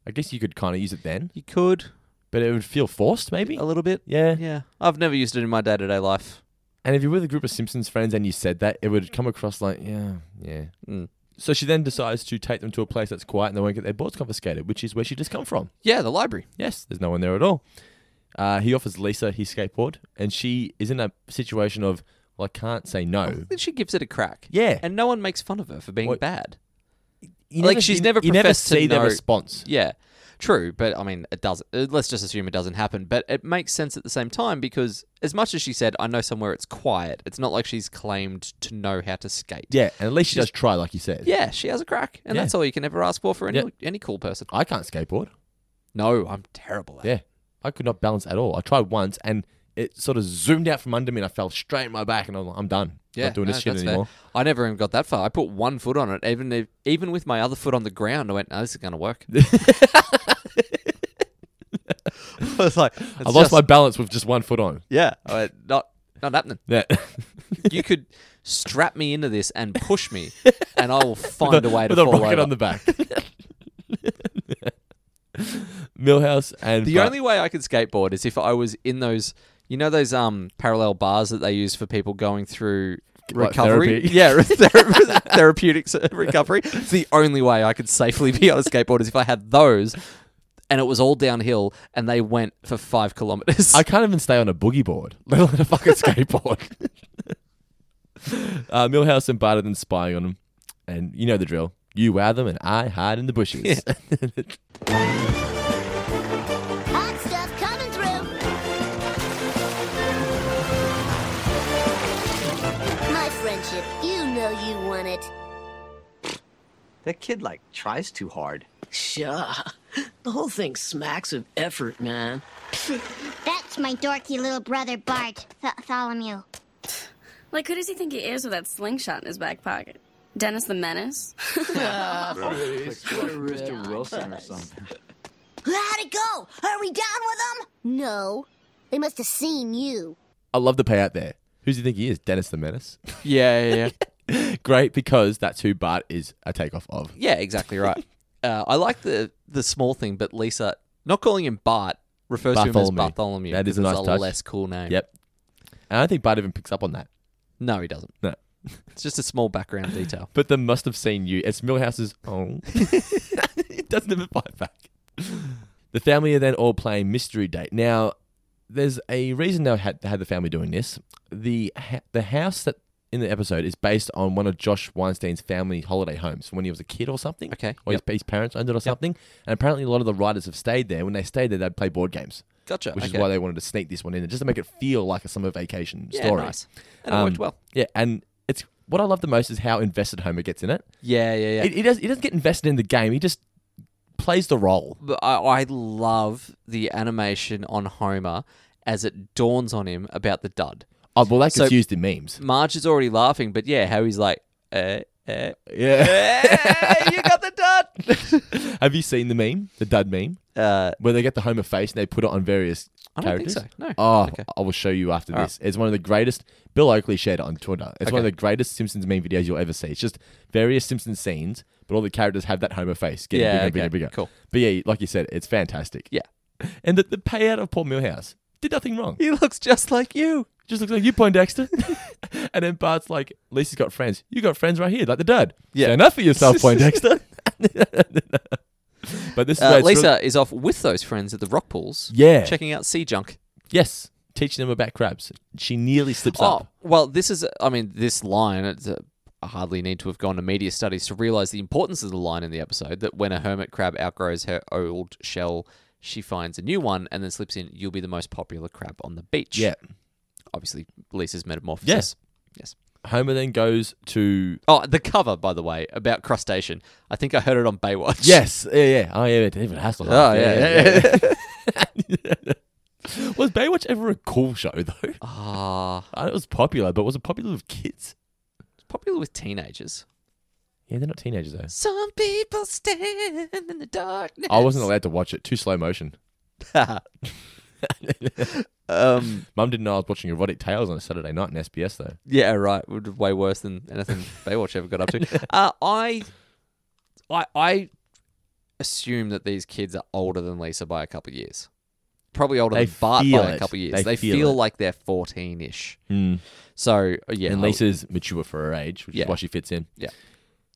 I guess you could kind of use it then, You could but it would feel forced maybe. a little bit. Yeah. Yeah, I've never used it in my day to day life. And if you're with a group of Simpsons friends and you said that, it would come across like, yeah, yeah. Mm. So she then decides to take them to a place that's quiet and they won't get their boards confiscated, which is where she just come from. Yeah, the library. Yes, there's no one there at all. Uh, he offers Lisa his skateboard, and she is in a situation of, well, I can't say no. Then she gives it a crack. Yeah. And no one makes fun of her for being What- bad. You like, she's you- never you never professed to see their know- response. Yeah. True, but I mean, it doesn't. uh, Let's just assume it doesn't happen. But it makes sense at the same time because, as much as she said, I know somewhere it's quiet, it's not like she's claimed to know how to skate. Yeah, and at least she does try, like you said. Yeah, she has a crack. And Yeah. that's all you can ever ask for for any, Yeah. any cool person. I can't skateboard. No, I'm terrible at it. Yeah, I could not balance at all. I tried once, and it sort of zoomed out from under me, and I fell straight in my back, and I was like, I'm done. not doing no, this shit that's fair. anymore. I never even got that far. I put one foot on it, even if, even with my other foot on the ground. I went, "No, this is going (laughs) to work." I was like, I lost my balance with just one foot on. yeah." I went, not not happening. Yeah. You could strap me into this and (laughs) push me, and I will find a way to With a fall rocket over. on the back. (laughs) Millhouse and The Bart- only way I could skateboard is if I was in those, you know, those um parallel bars that they use for people going through like, recovery. therapy. yeah, (laughs) thera- therapeutic s- recovery. It's the only way I could safely be on a skateboard is if I had those, and it was all downhill, and they went for five kilometers. I can't even stay on a boogie board, (laughs) let alone a (laughs) fucking skateboard. (laughs) uh, Milhouse and Barter then spying on him, and you know the drill. You wow them, and I hide in the bushes. Hot stuff coming through. My friendship, you know you want it. That kid like tries too hard. Sure. (laughs) The whole thing smacks of effort, man. That's my dorky little brother, Bart Th- Tholomew. Like, who does he think he is with that slingshot in his back pocket? Dennis the Menace? Mr. Wilson or something. How'd it go? Are we down with them? No. They must have seen you. (laughs) I love the payout there. Who do you think he is? Dennis the Menace. yeah, (laughs) yeah. yeah, Great, because that's who Bart is a takeoff of. yeah, (laughs) exactly right. Uh, I like the the small thing, but Lisa not calling him Bart refers to him as Bartholomew. That is a because nice it's touch. less cool name. Yep. And I don't think Bart even picks up on that. No, he doesn't. No. (laughs) It's just a small (laughs) background detail. But they must have seen you. It's Millhouse's. Oh. (laughs) it doesn't ever fight back. The family are then all playing mystery date. Now, there's a reason they had, had the family doing this. The ha- the house that in the episode is based on one of Josh Weinstein's family holiday homes from when he was a kid or something. Okay. Or his, his parents owned it or something. And apparently, a lot of the writers have stayed there. When they stayed there, they'd play board games. Gotcha, Which okay. is why they wanted to sneak this one in, just to make it feel like a summer vacation Yeah, story. Um, nice. And it worked well. Yeah, and it's what I love the most is how invested Homer gets in it. Yeah, yeah, yeah. He, he, does, he doesn't get invested in the game. He just plays the role. But I, I love the animation on Homer as it dawns on him about the dud. Oh, well, that gets used in memes. Marge is already laughing, but yeah, how he's like, eh, eh, Yeah. eh, you got the dud. (laughs) Have you seen the meme, the dud meme, uh, where they get the Homer face and they put it on various I don't think characters? so. No. Oh, I will show you after All right. this. It's one of the greatest. Bill Oakley shared it on Twitter. It's one of Okay. the greatest Simpsons meme videos you'll ever see. It's just various Simpsons scenes, but all the characters have that Homer face getting bigger Yeah, and bigger, okay, and bigger. cool. But yeah, like you said, it's fantastic. Yeah. And the, the payout of Paul Milhouse did nothing wrong. He looks just like you. Just looks like you, Poindexter. (laughs) and then Bart's like, Lisa's got friends. You got friends right here, like the dad. Yeah. Say enough for (laughs) yourself, Poindexter. but this is where Uh, it's Lisa really- is off with those friends at the rock pools. Yeah. Checking out sea junk. yes, teaching them about crabs. She nearly slips Oh, up. well, this is, I mean, this line, it's a, I hardly need to have gone to media studies to realize the importance of the line in the episode that when a hermit crab outgrows her old shell, she finds a new one and then slips in, you'll be the most popular crab on the beach. Yeah. Obviously, Lisa's metamorphosis. Yes. Yes. Homer then goes to Oh, the cover, by the way, about crustacean. I think I heard it on Baywatch. yes, yeah, yeah. Oh yeah, David Hasselhoff. (laughs) Oh, yeah, yeah. (laughs) was Baywatch ever a cool show (laughs) though? (laughs) Ah, I know it was popular, but was it popular with kids? popular with teenagers. Yeah, they're not teenagers though. Some people stand in the darkness. I wasn't allowed to watch it. Too slow (laughs) motion. (laughs) um, Mum didn't know I was watching Erotic Tales on a Saturday night in SBS though. Yeah, right. Would be way worse than (laughs) anything Baywatch ever got up to. Uh, I, I, I assume that these kids are older than Lisa by a couple of years. Probably older They than Bart feel by a it. couple of years. They They, feel feel, it. like they're fourteen-ish. Hmm. So uh, yeah, and I- Lisa's mature for her age, which Yeah. is why she fits in. Yeah.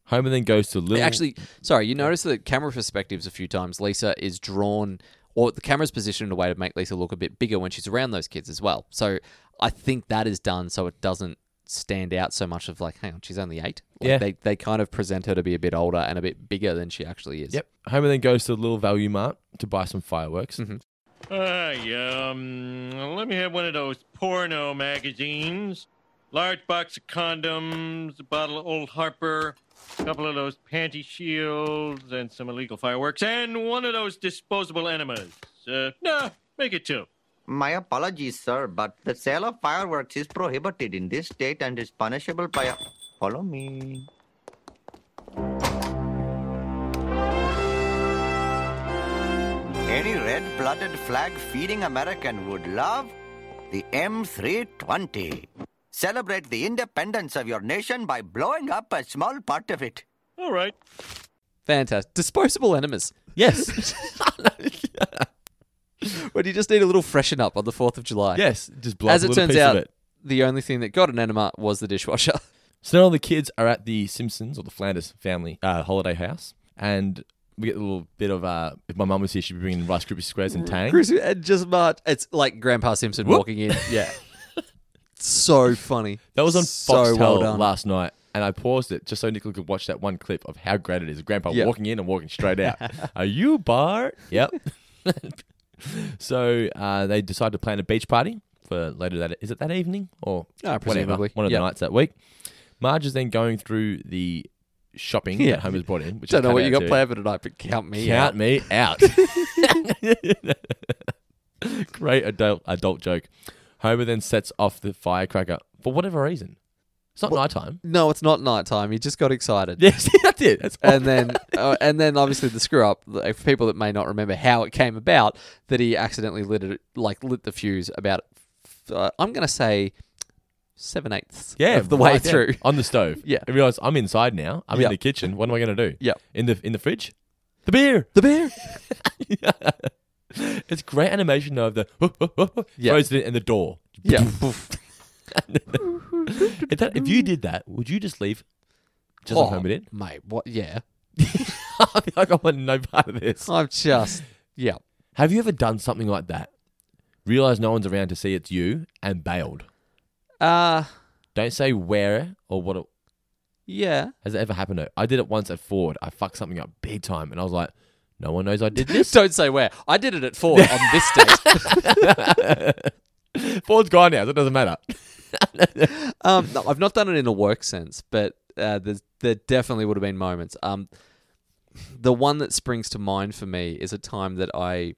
Homer then goes to little. Actually, sorry, you notice the camera perspectives a few times. Lisa is drawn, or the camera's positioned in a way to make Lisa look a bit bigger when she's around those kids as well. So I think that is done so it doesn't stand out so much of like, hang on, she's only eight. Like Yeah. They, they kind of present her to be a bit older and a bit bigger than she actually (laughs) is. yep. Homer then goes to the little value mart to buy some fireworks. Hey, um, let me have one of those porno magazines, large box of condoms, a bottle of Old Harper, a couple of those panty shields, and some illegal fireworks, and one of those disposable enemas. Uh, no, make it two. My apologies, sir, but the sale of fireworks is prohibited in this state and is punishable by a. Follow me. Any red blooded flag feeding American would love the M320. Celebrate the independence of your nation by blowing up a small part of it. All right. Fantastic. Disposable enemas. (laughs) (laughs) Yes. when you just need a little freshen up on the 4th of July. Yes, just blow As up a it little turns piece of out, it. the only thing that got an enema was the dishwasher. So now all the kids are at the Simpsons or the Flanders family uh, holiday house, and we get a little bit of uh, if my mum was here, she'd be bringing Rice Krispie squares and Tang. Chris, and just but it's like Grandpa Simpson Whoop. (laughs) walking in. Yeah. so funny. That was on so Foxtel well done. last night, and I paused it just so Nicola could watch that one clip of how great it is. Grandpa Yeah. walking in and walking straight (laughs) out. Are you Bart? Yep. (laughs) so uh, they decide to plan a beach party for later that is it that evening or Ah, whatever presumably. one of Yep. the nights that week. Marge is then going through the shopping Yeah. that Homer's brought in. Which Don't I know cut what you out got too. planned for tonight, but count me count out. me out. (laughs) Great adult adult joke. Homer then sets off the firecracker for whatever reason. It's not nighttime. (laughs) No, it's not nighttime. He just got excited. Yes, (laughs) I did. That's (laughs) and then, uh, and then obviously the screw up. Like, for people that may not remember how it came about, that he accidentally lit it, like lit the fuse about. Uh, I'm gonna say seven eighths. Yeah, of the way right, yeah. through. on the stove. Yeah. I realized I'm inside now. I'm Yeah. in the kitchen. What am I going to do? Yeah. in the in the fridge, the beer, (laughs) the beer. it's great animation though, of the (laughs) Yeah. frozen in and the door. (laughs) Yeah. if, that, if you did that, would you just leave? Just Oh, like Homer (laughs) did, mate. What? Yeah. I feel like I want no part of this. I'm just. Yeah. Have you ever done something like that? Realize no one's around to see it's you and bailed. Uh Don't say where or what it yeah. Has it ever happened? To I did it once at Ford. I fucked something up big time, and I was like, "No one knows I did (laughs) this." (laughs) Don't say where. I did it at four on this date. Ford's gone now, so it doesn't matter. um, no, I've not done it in a work sense, but uh, there's, there definitely would have been moments. Um, the one that springs to mind for me is a time that I,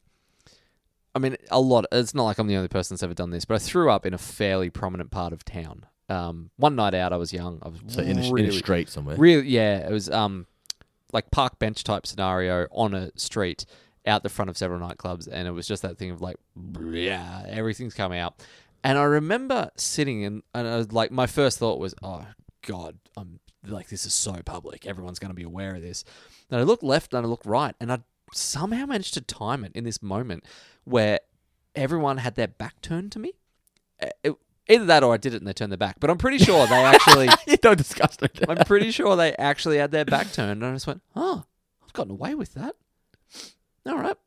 I mean, a lot. It's not like I'm the only person that's ever done this, but I threw up in a fairly prominent part of town. Um, one night out, I was young. I was So in a- in a really- street somewhere? (laughs) Really, yeah, it was um, like park bench type scenario on a street out the front of several nightclubs, and it was just that thing of like, yeah, everything's come out. And I remember sitting and and I was like, my first thought was, oh god, I'm like this is so public, everyone's going to be aware of this. Then I look left and I look right, and I somehow managed to time it in this moment where everyone had their back turned to me. Uh, it- either that or I did it and they turned their back, but I'm pretty sure they actually. Don't discuss it. I'm pretty sure they actually had their back turned, and I just went, "Oh, I've gotten away with that." All right,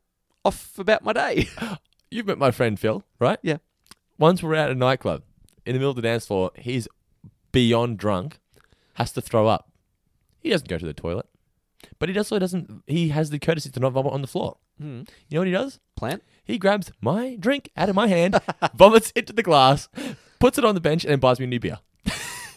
off about my day. (laughs) You've met my friend Phil, right? Yeah. Once we're at a nightclub, in the middle of the dance floor, he's beyond drunk, has to throw up. He doesn't go to the toilet, but he also doesn't. He has the courtesy to not vomit on the floor. Hmm. You know what he does? Plant. He grabs my drink out of my (laughs) hand, vomits into the glass, puts it on the bench, and then buys me a new beer.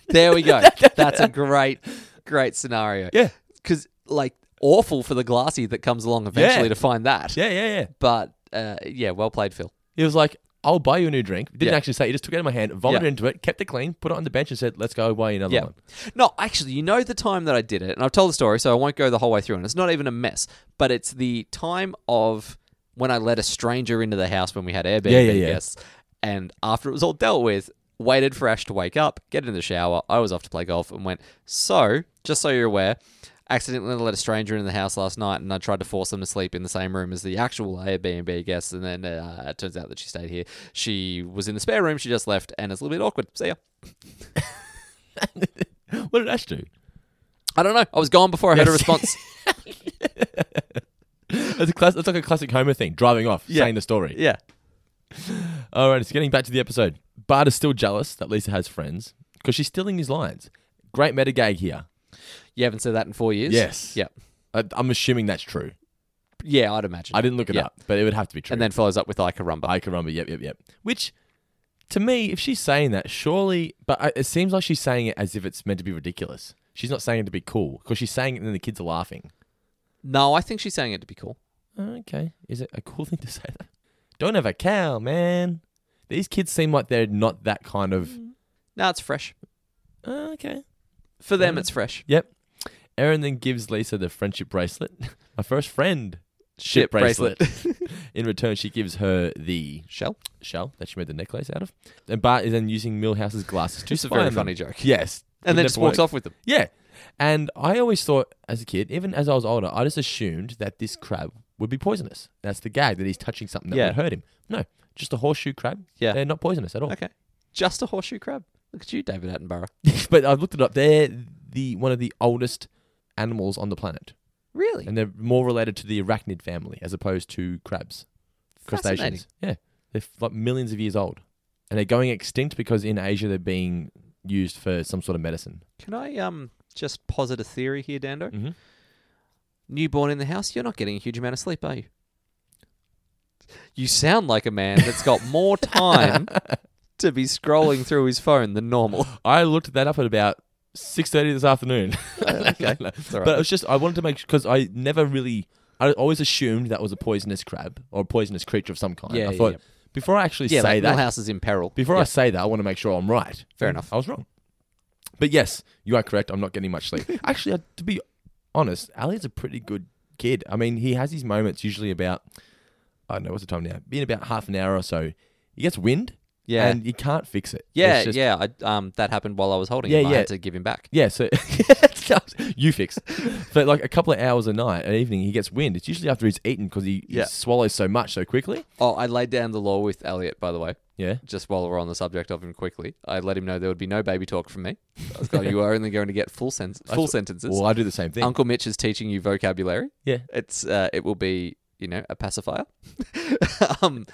There (laughs) we go. That's a great, great scenario. Yeah. because like awful for the glassy that comes along eventually Yeah. to find that. Yeah, yeah, yeah. But uh, yeah, well played, Phil. He was like, "I'll buy you a new drink." Didn't Yeah. actually say. He just took it out of my hand, vomited Yeah. into it, kept it clean, put it on the bench, and said, "Let's go buy you another one." No, actually, you know the time that I did it, and I've told the story, so I won't go the whole way through. And it's not even a mess, but it's the time of when I let a stranger into the house when we had Airbnb Yeah, yeah, yeah. guests, and after it was all dealt with, waited for Ash to wake up, get in the shower. I was off to play golf and went. So, just so you're aware. Accidentally let a stranger in the house last night, and I tried to force them to sleep in the same room as the actual Airbnb guests. And then uh, it turns out that she stayed here. She was in the spare room. She just left, and it's a little bit awkward. See ya. What did Ash do? I don't know. I was gone before I heard (laughs) a response. That's a class. That's like a classic Homer thing: driving off, saying the story. Yeah. All right. So getting back to the episode, Bart is still jealous that Lisa has friends because she's stealing his lines. Great metagag here. You haven't said that in four years. Yes. Yep. I, I'm assuming that's true. Yeah, I'd imagine. I didn't look it Yeah. up, but it would have to be true. And then follows up with Icarumba. Icarumba. Yep, yep, yep. Which, to me, if she's saying that, surely, but I, it seems like she's saying it as if it's meant to be ridiculous. She's not saying it to be cool because she's saying it and then the kids are laughing. No, I think she's saying it to be cool. Okay, is it a cool (laughs) thing to say that? Don't have a cow, man. These kids seem like they're not that kind of. Mm. No, it's fresh. Uh, Okay. For them, it's fresh. Yep. Aaron then gives Lisa the friendship bracelet. (laughs) My first friend. Ship bracelet. (laughs) In return, she gives her the shell shell that she made the necklace out of. And Bart is then using Millhouse's glasses to It's a very spy on funny them. joke. Yes. And Would then just never walks work. off with them. Yeah. And I always thought, as a kid, even as I was older, I just assumed that this crab would be poisonous. That's the gag that he's touching something that Yeah. would hurt him. No, just a horseshoe crab. Yeah. They're not poisonous at all. Okay. Just a horseshoe crab. Look at you, David Attenborough. but I've looked it up. They're the one of the oldest animals on the planet. Really? And they're more related to the arachnid family as opposed to crabs, crustaceans. Yeah, they're f- like millions of years old, and they're going extinct because in Asia they're being used for some sort of medicine. Can I um just posit a theory here, Dando? Mm-hmm. Newborn in the house, you're not getting a huge amount of sleep, are you? You sound like a man that's got (laughs) more time to be scrolling through his phone than normal. I looked that up at about six thirty this (laughs) afternoon. okay, all right. but it was just I wanted to make because I never really I always assumed that was a poisonous crab or a poisonous creature of some kind. Yeah, I yeah, thought yeah. before I actually Yeah, say like that Millhouse is in peril. Before I Yeah. say that, I want to make sure I'm right. Fair And enough. I was wrong, but yes, you are correct. I'm not getting much (laughs) sleep. actually, I- to be honest, Ali's a pretty good kid. I mean, he has his moments usually about I don't know what's the time now. In about half an hour or so, he gets wind. Yeah. and you can't fix it. Yeah, It's just- yeah. I, um, that happened while I was holding him. I had to give him back. Yeah, so (laughs) you (laughs) fix. But like a couple of hours a night, an evening, he gets wind. It's usually after he's eaten because he, Yeah. he swallows so much so quickly. Oh, I laid down the law with Elliot, by the way. Yeah. Just while we're on the subject of him quickly, I let him know there would be no baby talk from me. I was going, you are only going to get full sen- full what- sentences. well, (laughs) I do the same thing. Uncle Mitch is teaching you vocabulary. Yeah. It's uh, it will be you know a pacifier. (laughs) um,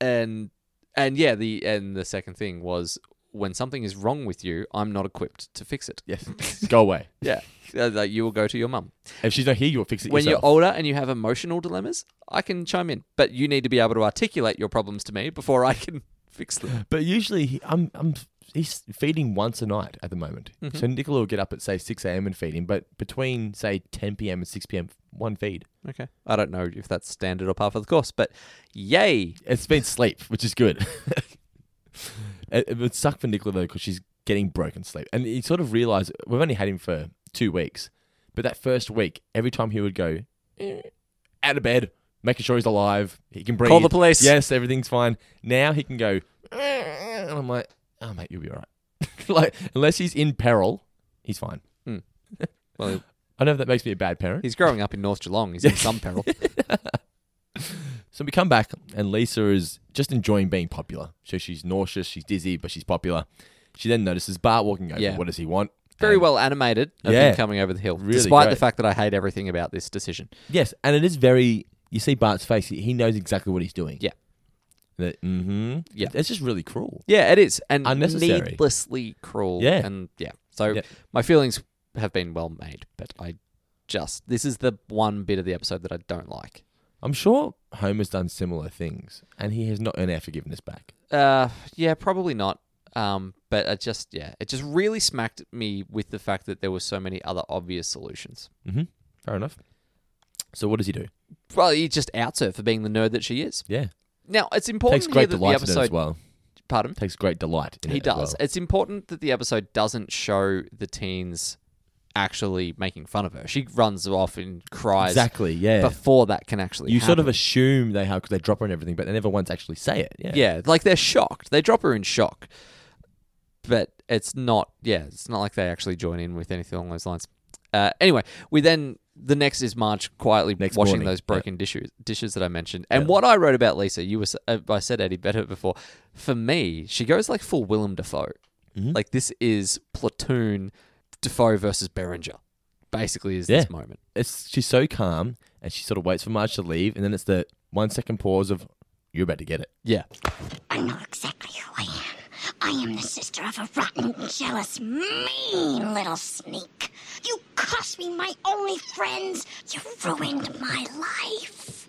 and and yeah, the and the second thing was when something is wrong with you, I'm not equipped to fix it. Yes. (laughs) Go away. yeah. Uh, Like you will go to your mum. If she's not here, you'll fix it when yourself. you're older and you have emotional dilemmas, I can chime in, but you need to be able to articulate your problems to me before I can (laughs) (laughs) fix them. But usually, he, I'm I'm he's feeding once a night at the moment. Mhm. So Nicola will get up at say six a.m. and feed him, but between say ten p.m. and six p.m. one feed. Okay. I don't know if that's standard or par for the course, but yay! It's been sleep, which is good. (laughs) it, it would suck for Nicola though because she's getting broken sleep, and he sort of realized we've only had him for two weeks, but that first week, every time he would go "Eh," out of bed, making sure he's alive, he can breathe. Call the police. Yes, everything's fine. Now he can go, "Eh," and I'm like, oh mate, you'll be all right. (laughs) like unless he's in peril, he's fine. Hmm. Well, (laughs) I know that makes me a bad parent. he's growing up in North (laughs) Geelong. He's in some peril. So we come back, and Lisa is just enjoying being popular. So she's nauseous, she's dizzy, but she's popular. She then notices Bart walking over. Yeah. What does he want? Very well animated of Yeah. him coming over the hill, Really despite the great. fact that I hate everything about this decision. Yes, and it is very. You see Bart's face; he he knows exactly what he's doing. Yeah. That, mm-hmm. Yeah. it's just really cruel. Yeah, it is, and Unnecessary. needlessly cruel. Yeah. and yeah. So Yeah. my feelings have been well made, but I just this is the one bit of the episode that I don't like. I'm sure Homer's done similar things, and he has not earned our forgiveness back. Uh, yeah, probably not. Um, but it just yeah, it just really smacked me with the fact that there were so many other obvious solutions. Mm-hmm. Fair enough. So what does he do? Well, he just outs her for being the nerd that she is. Yeah, Now it's important takes here great that the delight in it episode. as well. Pardon? Takes great delight. In He it as does. well. It's important that the episode doesn't show the teens actually making fun of her. She runs off and cries. Exactly, yeah. Before that can actually, You sort of happen. assume they have because they drop her and everything, but they never once actually say it. Yeah. yeah, like they're shocked. They drop her in shock, but it's not. Yeah, it's not like they actually join in with anything along those lines. Uh, anyway, we then the next is March quietly Next washing morning, those yeah. broken dishes dishes that I mentioned, and what I wrote about Lisa. You were s- uh, I said Eddie better before. For me, she goes like full Willem Dafoe. Mm-hmm. Like this is platoon Defoe versus Berenger. Basically, is Yeah. this moment. It's she's so calm and she sort of waits for Marge to leave, and then it's the one second pause of you're about to get it. Yeah. I know exactly who I am. I am the sister of a rotten, jealous, mean little sneak. You cost me my only friends. You ruined my life.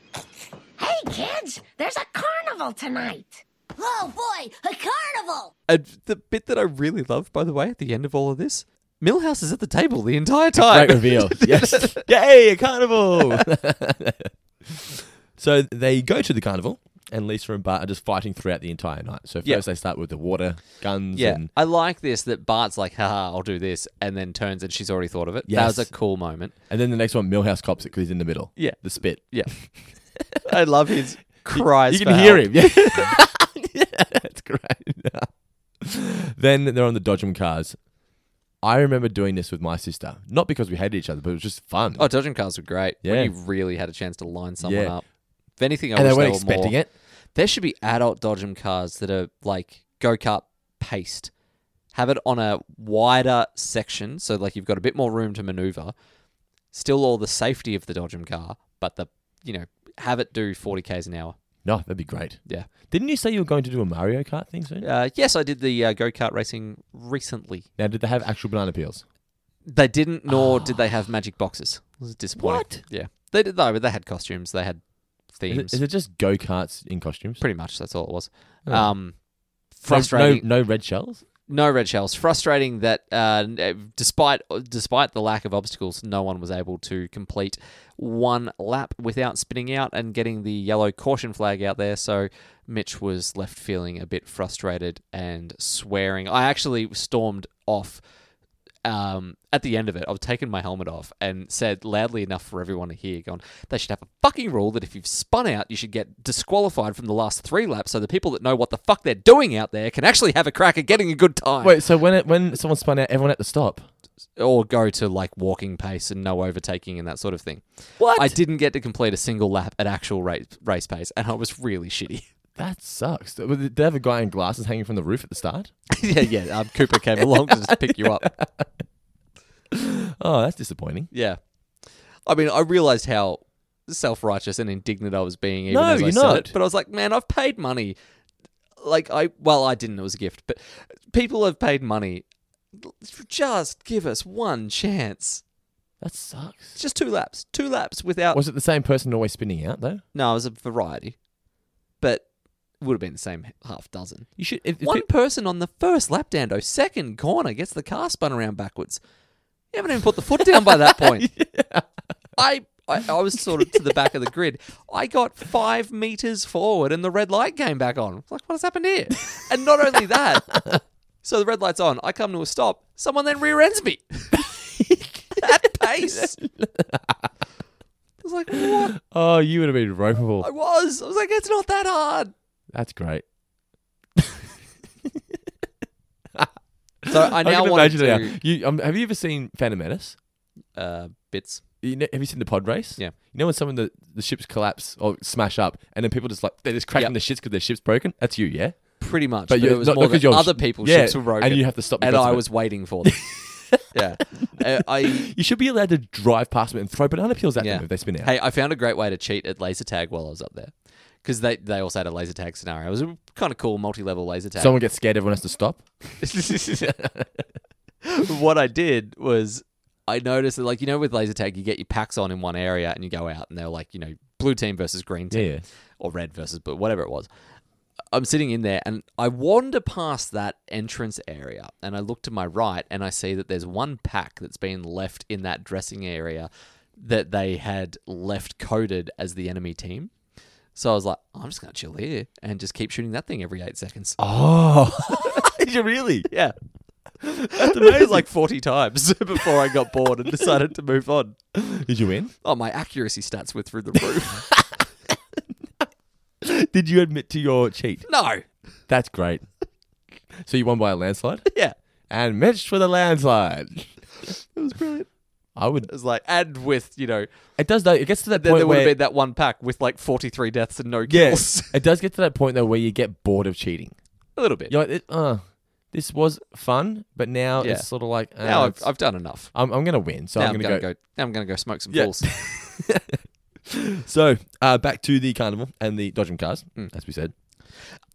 Hey, kids, there's a carnival tonight. Oh boy, a carnival! And the bit that I really love, by the way, at the end of all of this, Millhouse is at the table the entire time. (laughs) Great reveal. yes. Yay, a (laughs) carnival. so they go to the carnival and Lisa and Bart are just fighting throughout the entire night. So first Yeah. they start with the water guns Yeah, and I like this that Bart's like, haha, I'll do this, and then turns and she's already thought of it. Yes. That was a cool moment. and then the next one Millhouse cops it because he's in the middle. Yeah. The spit. (laughs) Yeah. I love (laughs) his cries. you can for hear help. him. Yeah. (laughs) yeah, that's great. (laughs) then they're on the Dodgem cars. I remember doing this with my sister, not because we hated each other, but it was just fun. Oh, dodging cars were great. Yeah. When you really had a chance to line someone Yeah. up. If anything, I And they wish weren't they were expecting more- it. There should be adult dodgem cars that are like go kart paste. Have it on a wider section, so like you've got a bit more room to maneuver. Still, all the safety of the Dodgem car, but the you know have it do forty k's an hour. No, that'd be great. Yeah. Didn't you say you were going to do a Mario Kart thing soon? Uh, yes, I did the uh, go kart racing recently. Now, did they have actual banana peels? They didn't, nor did they have magic boxes. It was disappointing. Ah. What? Yeah, they did though. but They had costumes. They had Is it, themes. is it just go karts in costumes? Pretty much. That's all it was. Oh. Um, No- frustrating. No, no red shells. No red shells. Frustrating that uh, despite despite the lack of obstacles, no one was able to complete one lap without spinning out and getting the yellow caution flag out there. So Mitch was left feeling a bit frustrated and swearing. I actually stormed off um, at the end of it. I've taken my helmet off and said loudly enough for everyone to hear, going, they should have a fucking rule that if you've spun out, you should get disqualified from the last three laps so the people that know what the fuck they're doing out there can actually have a crack at getting a good time. Wait, so when it, when someone spun out, everyone had to stop. Or go to like walking pace and no overtaking and that sort of thing. What? I didn't get to complete a single lap at actual race, race pace and I was really shitty. (laughs) That sucks. Th- Did they have a guy in glasses hanging from the roof at the start? yeah, yeah. Um, Cooper came along to just pick you up. Oh, that's disappointing. Yeah. I mean, I realized how self righteous and indignant I was being. Even No, as I you're said not. It, but I was like, man, I've paid money. Like, I, well, I didn't. It was a gift. But people have paid money. Just give us one chance. That sucks. Just two laps. Two laps without. Was it the same person always spinning out though? No, it was a variety. But it would have been the same half dozen. You should. If, if one it- person on the first lap, Dando, second corner, gets the car spun around backwards. You haven't even put the foot down by that (laughs) point. I, I I was sort of to the back of the grid. I got five meters forward, and the red light came back on. Like, what has happened here? And not only (laughs) that, so the red light's on. I come to a stop. Someone then rear ends (laughs) me. At (laughs) pace. I was like, what? oh, you would have been ropeable. I was. I was like, it's not that hard. That's great. (laughs) So I now can want imagine it to- now. You, um, have you ever seen Phantom Menace? Uh, bits. You know, have you seen the pod race? Yeah. You know when some of the, the ships collapse or smash up, and then people just like they're just cracking the shits because their ship's broken. That's you, yeah. Pretty much. But, But, you're it was not more because that your other sh- people's yeah, ships were broken. and you have to stop. And because of I it. was waiting (laughs) for them. yeah. Uh, I You should be allowed to drive past them and throw banana peels at them if they spin out. Hey, I found a great way to cheat at laser tag while I was up there. Because they, they also had a laser tag scenario. It was a kind of cool multi level laser tag. Someone gets scared, everyone has to stop. (laughs) what I did was I noticed that, like, you know, with laser tag, you get your packs on in one area and you go out, and they're like, you know, blue team versus green team Yeah. or red versus blue, whatever it was. I'm sitting in there and I wander past that entrance area and I look to my right and I see that there's one pack that's been left in that dressing area that they had left coded as the enemy team. So I was like, I'm just going to chill here and just keep shooting that thing every eight seconds. (laughs) Oh, did you really? Yeah. That's amazing. like (laughs) 40 times before I got bored and decided to move on. (laughs) Did you win? Oh, my accuracy stats were through the roof. Did you admit to your cheat? no. That's great. So you won by a landslide? Yeah. And Mitch for the landslide. It was brilliant. I would. It was like, and with, you know, It does though. It gets to that then point there would where have been that one pack with like 43 deaths and no kills. (laughs) yes, it does get to that point though where you get bored of cheating. A little bit. You're like, uh, this was fun, but now Yeah. it's sort of like uh, now I've, it's- I've done enough. I'm, I'm gonna win, so now I'm gonna, go. Now I'm gonna go smoke some Yeah. fools. So uh, back to the carnival and the dodgem cars, Hmm. as we said.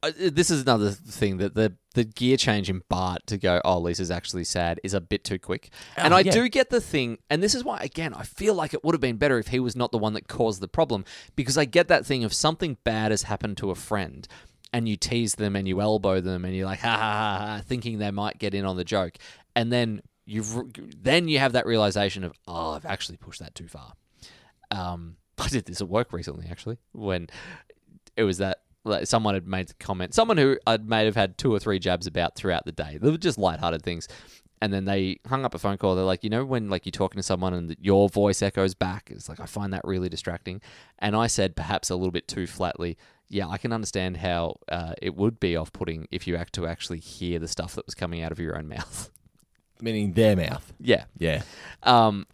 Uh, this is another thing that the the gear change in Bart to go. Oh, Lisa's actually sad is a bit too quick, and Oh, I yeah. do get the thing. And this is why, again, I feel like it would have been better if he was not the one that caused the problem, because I get that thing of something bad has happened to a friend. And you tease them and you elbow them and you're like, ha ha ha, ha thinking they might get in on the joke. And then you've then you have that realization of, oh, I've actually pushed that too far. Um, (laughs) I did this at work recently, actually, when it was that like, someone had made the comment, someone who I may have had two or three jabs about throughout the day. They were just lighthearted things. And then they hung up a phone call. They're like, you know, when like you're talking to someone and th- your voice echoes back, it's like I find that really distracting. And I said, perhaps a little bit too flatly, yeah, I can understand how uh, it would be off-putting if you act to actually hear the stuff that was coming out of your own (laughs) mouth. Meaning their mouth. yeah, Yeah. um,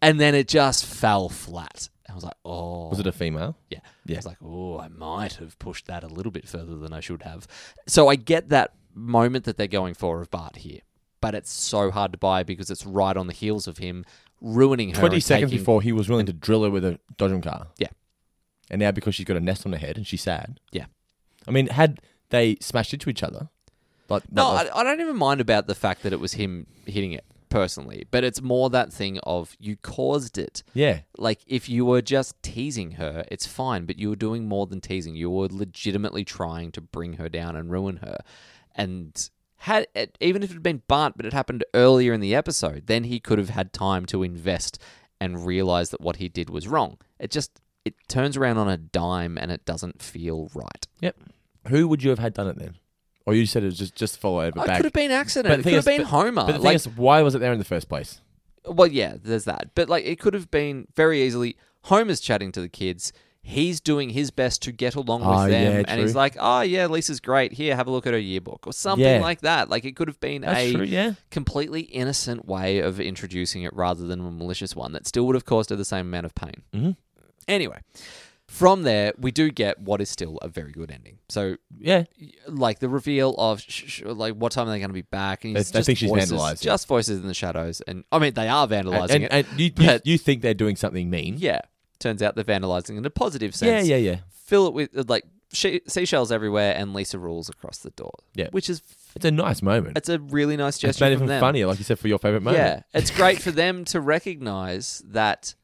and then it just fell flat. I was like, oh. Was it a female? Yeah. Yeah. I was like, oh, I might have pushed that a little bit further than I should have. So I get that moment that they're going for of Bart here. But it's so hard to buy because it's right on the heels of him ruining her. Twenty and seconds taking- before he was willing to drill her with a dodging car. Yeah. And now because she's got a nest on her head and she's sad. Yeah. I mean, had they smashed into each other, like No, like- I, I don't even mind about the fact that it was him hitting it personally, but it's more that thing of you caused it. Yeah. Like if you were just teasing her, it's fine, but you were doing more than teasing. You were legitimately trying to bring her down and ruin her. And had it, even if it had been Bart, but it happened earlier in the episode, then he could have had time to invest and realize that what he did was wrong. It just it turns around on a dime and it doesn't feel right. Yep. Who would you have had done it then? Or you said it was just just follow over Oh, It back. could have been accident. But the It thing could have is- been but- But Homer. the thing Like- is, why was it there in the first place? Well, yeah, there's that. But like, it could have been very easily Homer's chatting to the kids. He's doing his best to get along with Oh, them, yeah, and he's true. like, "Oh yeah, Lisa's great. Here, have a look at her yearbook or something Yeah. like that." Like, it could have been That's a true, yeah. completely innocent way of introducing it rather than a malicious one that still would have caused her the same amount of pain. Mhm. Anyway, from there we do get what is still a very good ending. So yeah, like the reveal of sh- sh- like what time are they going to be back? And They- it's they just think she's voices- vandalised, yeah. Just voices in the shadows, and I mean they are vandalizing and, it. and you, you, you think they're doing something mean? Yeah. Turns out they're vandalizing in a positive sense. Yeah, yeah, yeah. Fill it with like she- seashells everywhere, and Lisa rules across the door. Yeah. Which is It's a nice moment. it's a really nice It's gesture. made it from even them. funnier, like you said, for your favorite moment. Yeah, it's great for them to recognize that.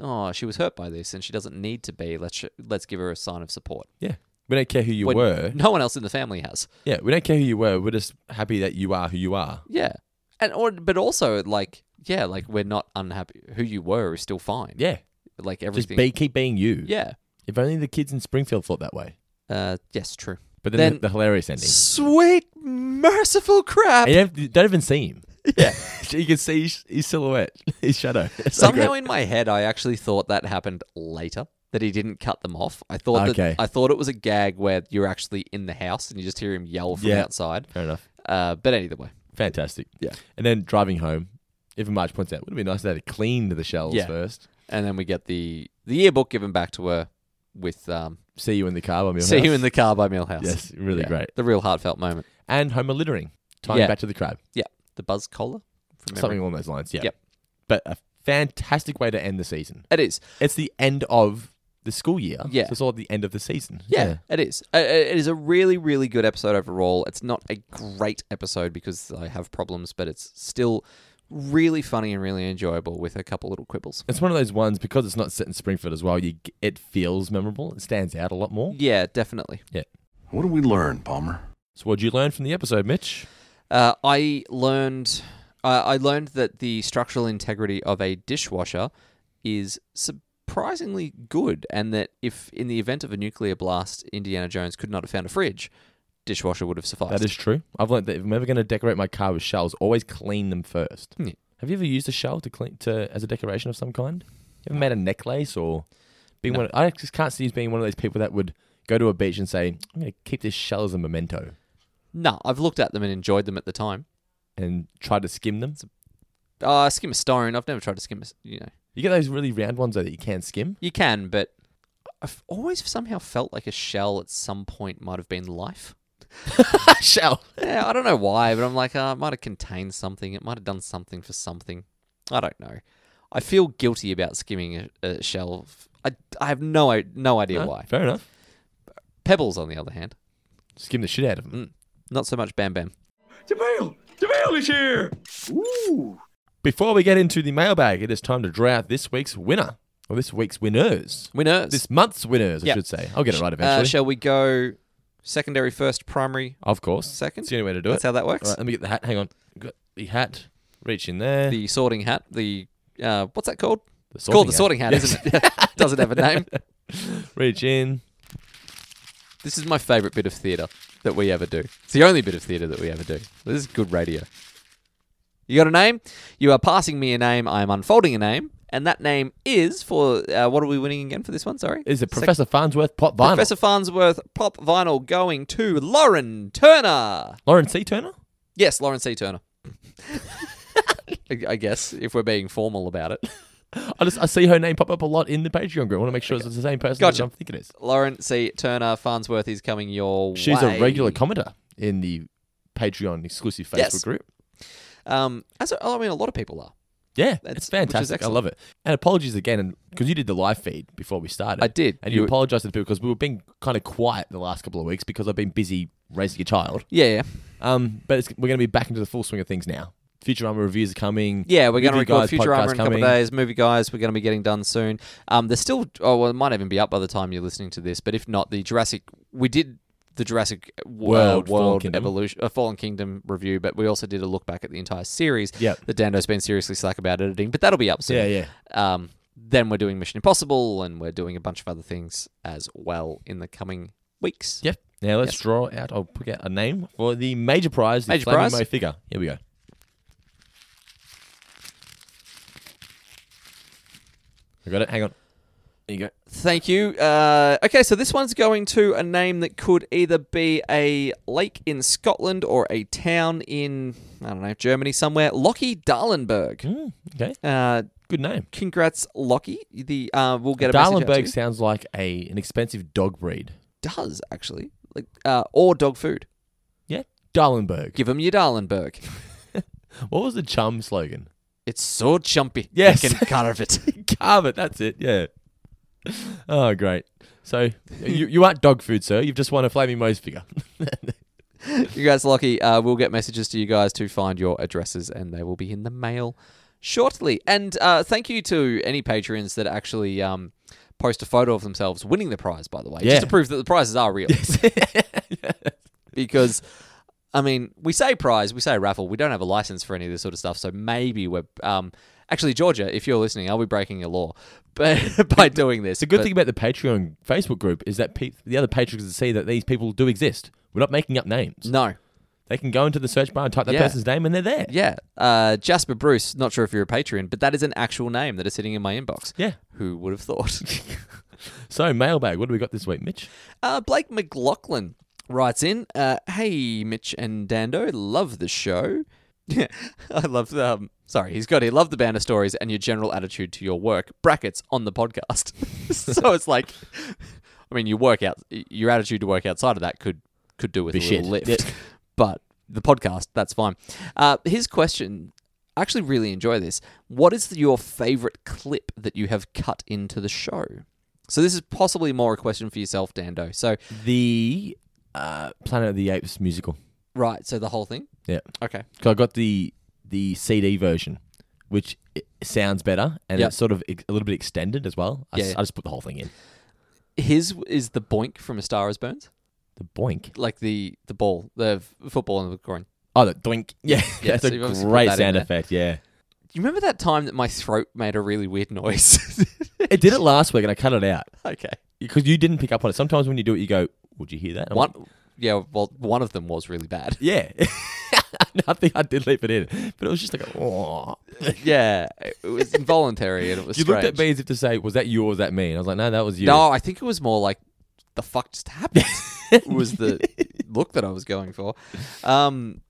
Oh, she was hurt by this, and she doesn't need to be. Let's sh- let's give her a sign of support. Yeah. We don't care who you When were. No one else in the family has. Yeah, we don't care who you were. We're just happy that you are who you are. Yeah. And or but also like yeah, like we're not unhappy. Who you were is still fine. Yeah. Like Just everything. be, keep being you. Yeah. If only the kids in Springfield thought that way. Uh, yes, true. But then, Then- the, the hilarious ending. Sweet merciful crap. And you don't, you don't even see (laughs) him. Yeah. (laughs) you can see his, his silhouette, (laughs) his shadow. It's so Somehow great. in my head I actually thought that happened later. That he didn't cut them off. I thought Okay. that I thought it was a gag where you're actually in the house and you just hear him yell from Yeah. outside. Fair enough. Uh, but either way, Fantastic. Yeah. And then driving home, even Marge points out, would it be nice to have cleaned the shells Yeah. first? and then we get the the yearbook given back to her with um, See you in the car by Millhouse. see you in the car by Millhouse. Yes, really Yeah. great. The real heartfelt moment. And Homer littering, tying Yeah. back to the crab. Yeah, the buzz collar. from Something memory. along those lines, yeah. Yep. But a fantastic way to end the season. It is. It's the end of the school year. Yeah. So it's all at the end of the season. Yeah, it is. Uh, It is a really, really good episode overall. It's not a great episode because I have problems, but it's still really funny and really enjoyable with a couple little quibbles. It's one of those ones because it's not set in Springfield as well. You g- it feels memorable. It stands out a lot more. Yeah, definitely. Yeah. What did we learn, Palmer? So what would you learn from the episode, Mitch? Uh, I learned, uh, I learned that the structural integrity of a dishwasher is surprisingly good, and that if in the event of a nuclear blast, Indiana Jones could not have found a fridge, dishwasher would have sufficed. That is true. I've learned that if I'm ever going to decorate my car with shells, always clean them first. Yeah. Have you ever used a shell to clean to as a decoration of some kind? You ever made a necklace or being No. one? I just can't see you as being one of those people that would go to a beach and say, "I'm going to keep this shell as a memento." No, I've looked at them and enjoyed them at the time. And try to skim them. Uh, skim a stone. I've never tried to skim a, s- you know. You get those really round ones though that you can skim. (laughs) You can, but I've always somehow felt like a shell at some point might have been life. shell. Yeah, I don't know why, but I'm like, uh, it might have contained something. It might have done something for something. I don't know. I feel guilty about skimming a, a shell. I, I have no i- no idea No, why. Fair enough. Pebbles, on the other hand, Skim the shit out Hmm. of them. not so much Bam Bam. Jamil! Jamil is here! Ooh! Before we get into the mailbag, it is time to draw out this week's winner or this week's winners. Winners. This month's winners, I Yep. should say. I'll get it right Uh, eventually. shall we go secondary first, primary of course. second? It's the only way to do That's it. how that works. All right, let me get the hat. Hang on. Got the hat. Reach in there. (laughs) the sorting hat. The uh, what's that called? it's sorting called the hat. sorting hat, Yes. isn't (laughs) it? Doesn't have (laughs) a name. Reach in. This is my favourite bit of theatre that we ever do. It's the only bit of theatre that we ever do. This is good radio. You got a name? You are passing me a name. I am unfolding a name, and that name is for uh, what are we winning again for this one? Sorry, Is it Sec- Professor Farnsworth pop vinyl? Professor Farnsworth pop vinyl going to Lauren Turner. Lauren C. Turner? Yes, Lauren C. Turner. (laughs) I I guess if we're being formal about it. I just I see her name pop up a lot in the Patreon group. I want to make sure it's the same person Gotcha. that I'm thinking it is. Lauren C. Turner Farnsworth is coming your She's way. a regular commenter in the Patreon exclusive Facebook Yes. group. Um, as a, I mean, a lot of people are. Yeah, That's- it's fantastic. I excellent. love it. And apologies again, because you did the live feed before we started. I did. and you, You- apologized to the people because we were being kind of quiet the last couple of weeks because I've been busy raising a child. Yeah, yeah. Um, but it's, we're going to be back into the full swing of things now. Futurama reviews are coming. Yeah, we're going to Review record Guys podcast Futurama in a couple coming. of days. Movie guys, we're going to be getting done soon. Um, there's still, oh well, it might even be up by the time you're listening to this. But if not, the Jurassic, we did the Jurassic w- World, uh, Fallen World Kingdom. Evolution, uh, Fallen Kingdom review, but we also did a look back at the entire series. Yep. that Dando's been seriously slack about editing, but that'll be up soon. Yeah, yeah. Um, then we're doing Mission Impossible, and we're doing a bunch of other things as well in the coming weeks. Yep. Now let's draw out. I'll pick out a name for the major prize. The Major Flaming prize? Mo figure. Here we go. I got it. Hang on. There you go. Thank you. Uh, okay, so this one's going to a name that could either be a lake in Scotland or a town in, I don't know, Germany somewhere. Lockie Dahlenberg. Hmm, okay. Uh, Good name. Congrats, Lockie. The, uh, we'll get a message out to Dahlenberg you. sounds like a an expensive dog breed. Does, actually. Like, uh, or dog food. Yeah. Dahlenberg. Give him your Dahlenberg. What was the chum slogan? It's so chumpy. Yes. You can carve it. (laughs) Carve it. That's it. Yeah. Oh, great. So you, you aren't dog food, sir. You've just won a Flaming Moe's figure. (laughs) you guys are lucky. Uh, we'll get messages to you guys to find your addresses, and they will be in the mail shortly. And uh, thank you to any patrons that actually um, post a photo of themselves winning the prize. By the way, Yeah. just to prove that the prizes are real. (laughs) because. I mean, we say prize, we say raffle. We don't have a license for any of this sort of stuff, so maybe we're um, actually Georgia. If you're listening, are we breaking a law (laughs) by, by doing this? The good But- thing about the Patreon Facebook group is that pe- the other patrons can see that these people do exist. We're not making up names. No. They can go into the search bar and type that Yeah. person's name and they're there. Yeah. Uh, Jasper Bruce, not sure if you're a patron, but that is an actual name that is sitting in my inbox. Yeah. Who would have thought? (laughs) So, mailbag, what do we got this week, Mitch? uh, Blake McLaughlin writes in uh, Hey, Mitch and Dando, love the show. (laughs) I love Um, sorry, he's got he loved the banner stories and your general attitude to your work. Brackets on the podcast. (laughs) so it's like, I mean, your work out, your attitude to work outside of that could could do with Be a little shit. lift, Yeah. but the podcast that's fine. Uh, his question. I actually really enjoy this. What is your favorite clip that you have cut into the show? So this is possibly more a question for yourself, Dando. So The uh, Planet of the Apes musical. right, so the whole thing. Yeah. Okay. So I got the the CD version, which i sounds better and Yeah. it's sort of ex- a little bit extended as well. I, s- Yeah. I just put the whole thing in. His is the boink from A Star Is Burns, The boink. like the the ball, the f- football in the groin. Oh, the doink. Yeah, (laughs) (laughs) Yeah, that's so a you've obviously put great that in sound there. effect. (laughs) Yeah. Do you remember that time that my throat made a really weird noise? (laughs) It did it last week and I cut it out okay. because you didn't pick up on it. Sometimes when you do it, you go, "Would you hear that?" And I'm One, like, yeah. Well, one of them was really bad. Yeah. (laughs) I think I did leave it in, but it was just like, oh. yeah, it (laughs) was involuntary and it was. you looked at strange. me as if to say, "Was that you or was that me?" And I was like, "No, that was you." No, I think it was more like the fuck (laughs) just happened was the (laughs) look that I was going for. Um,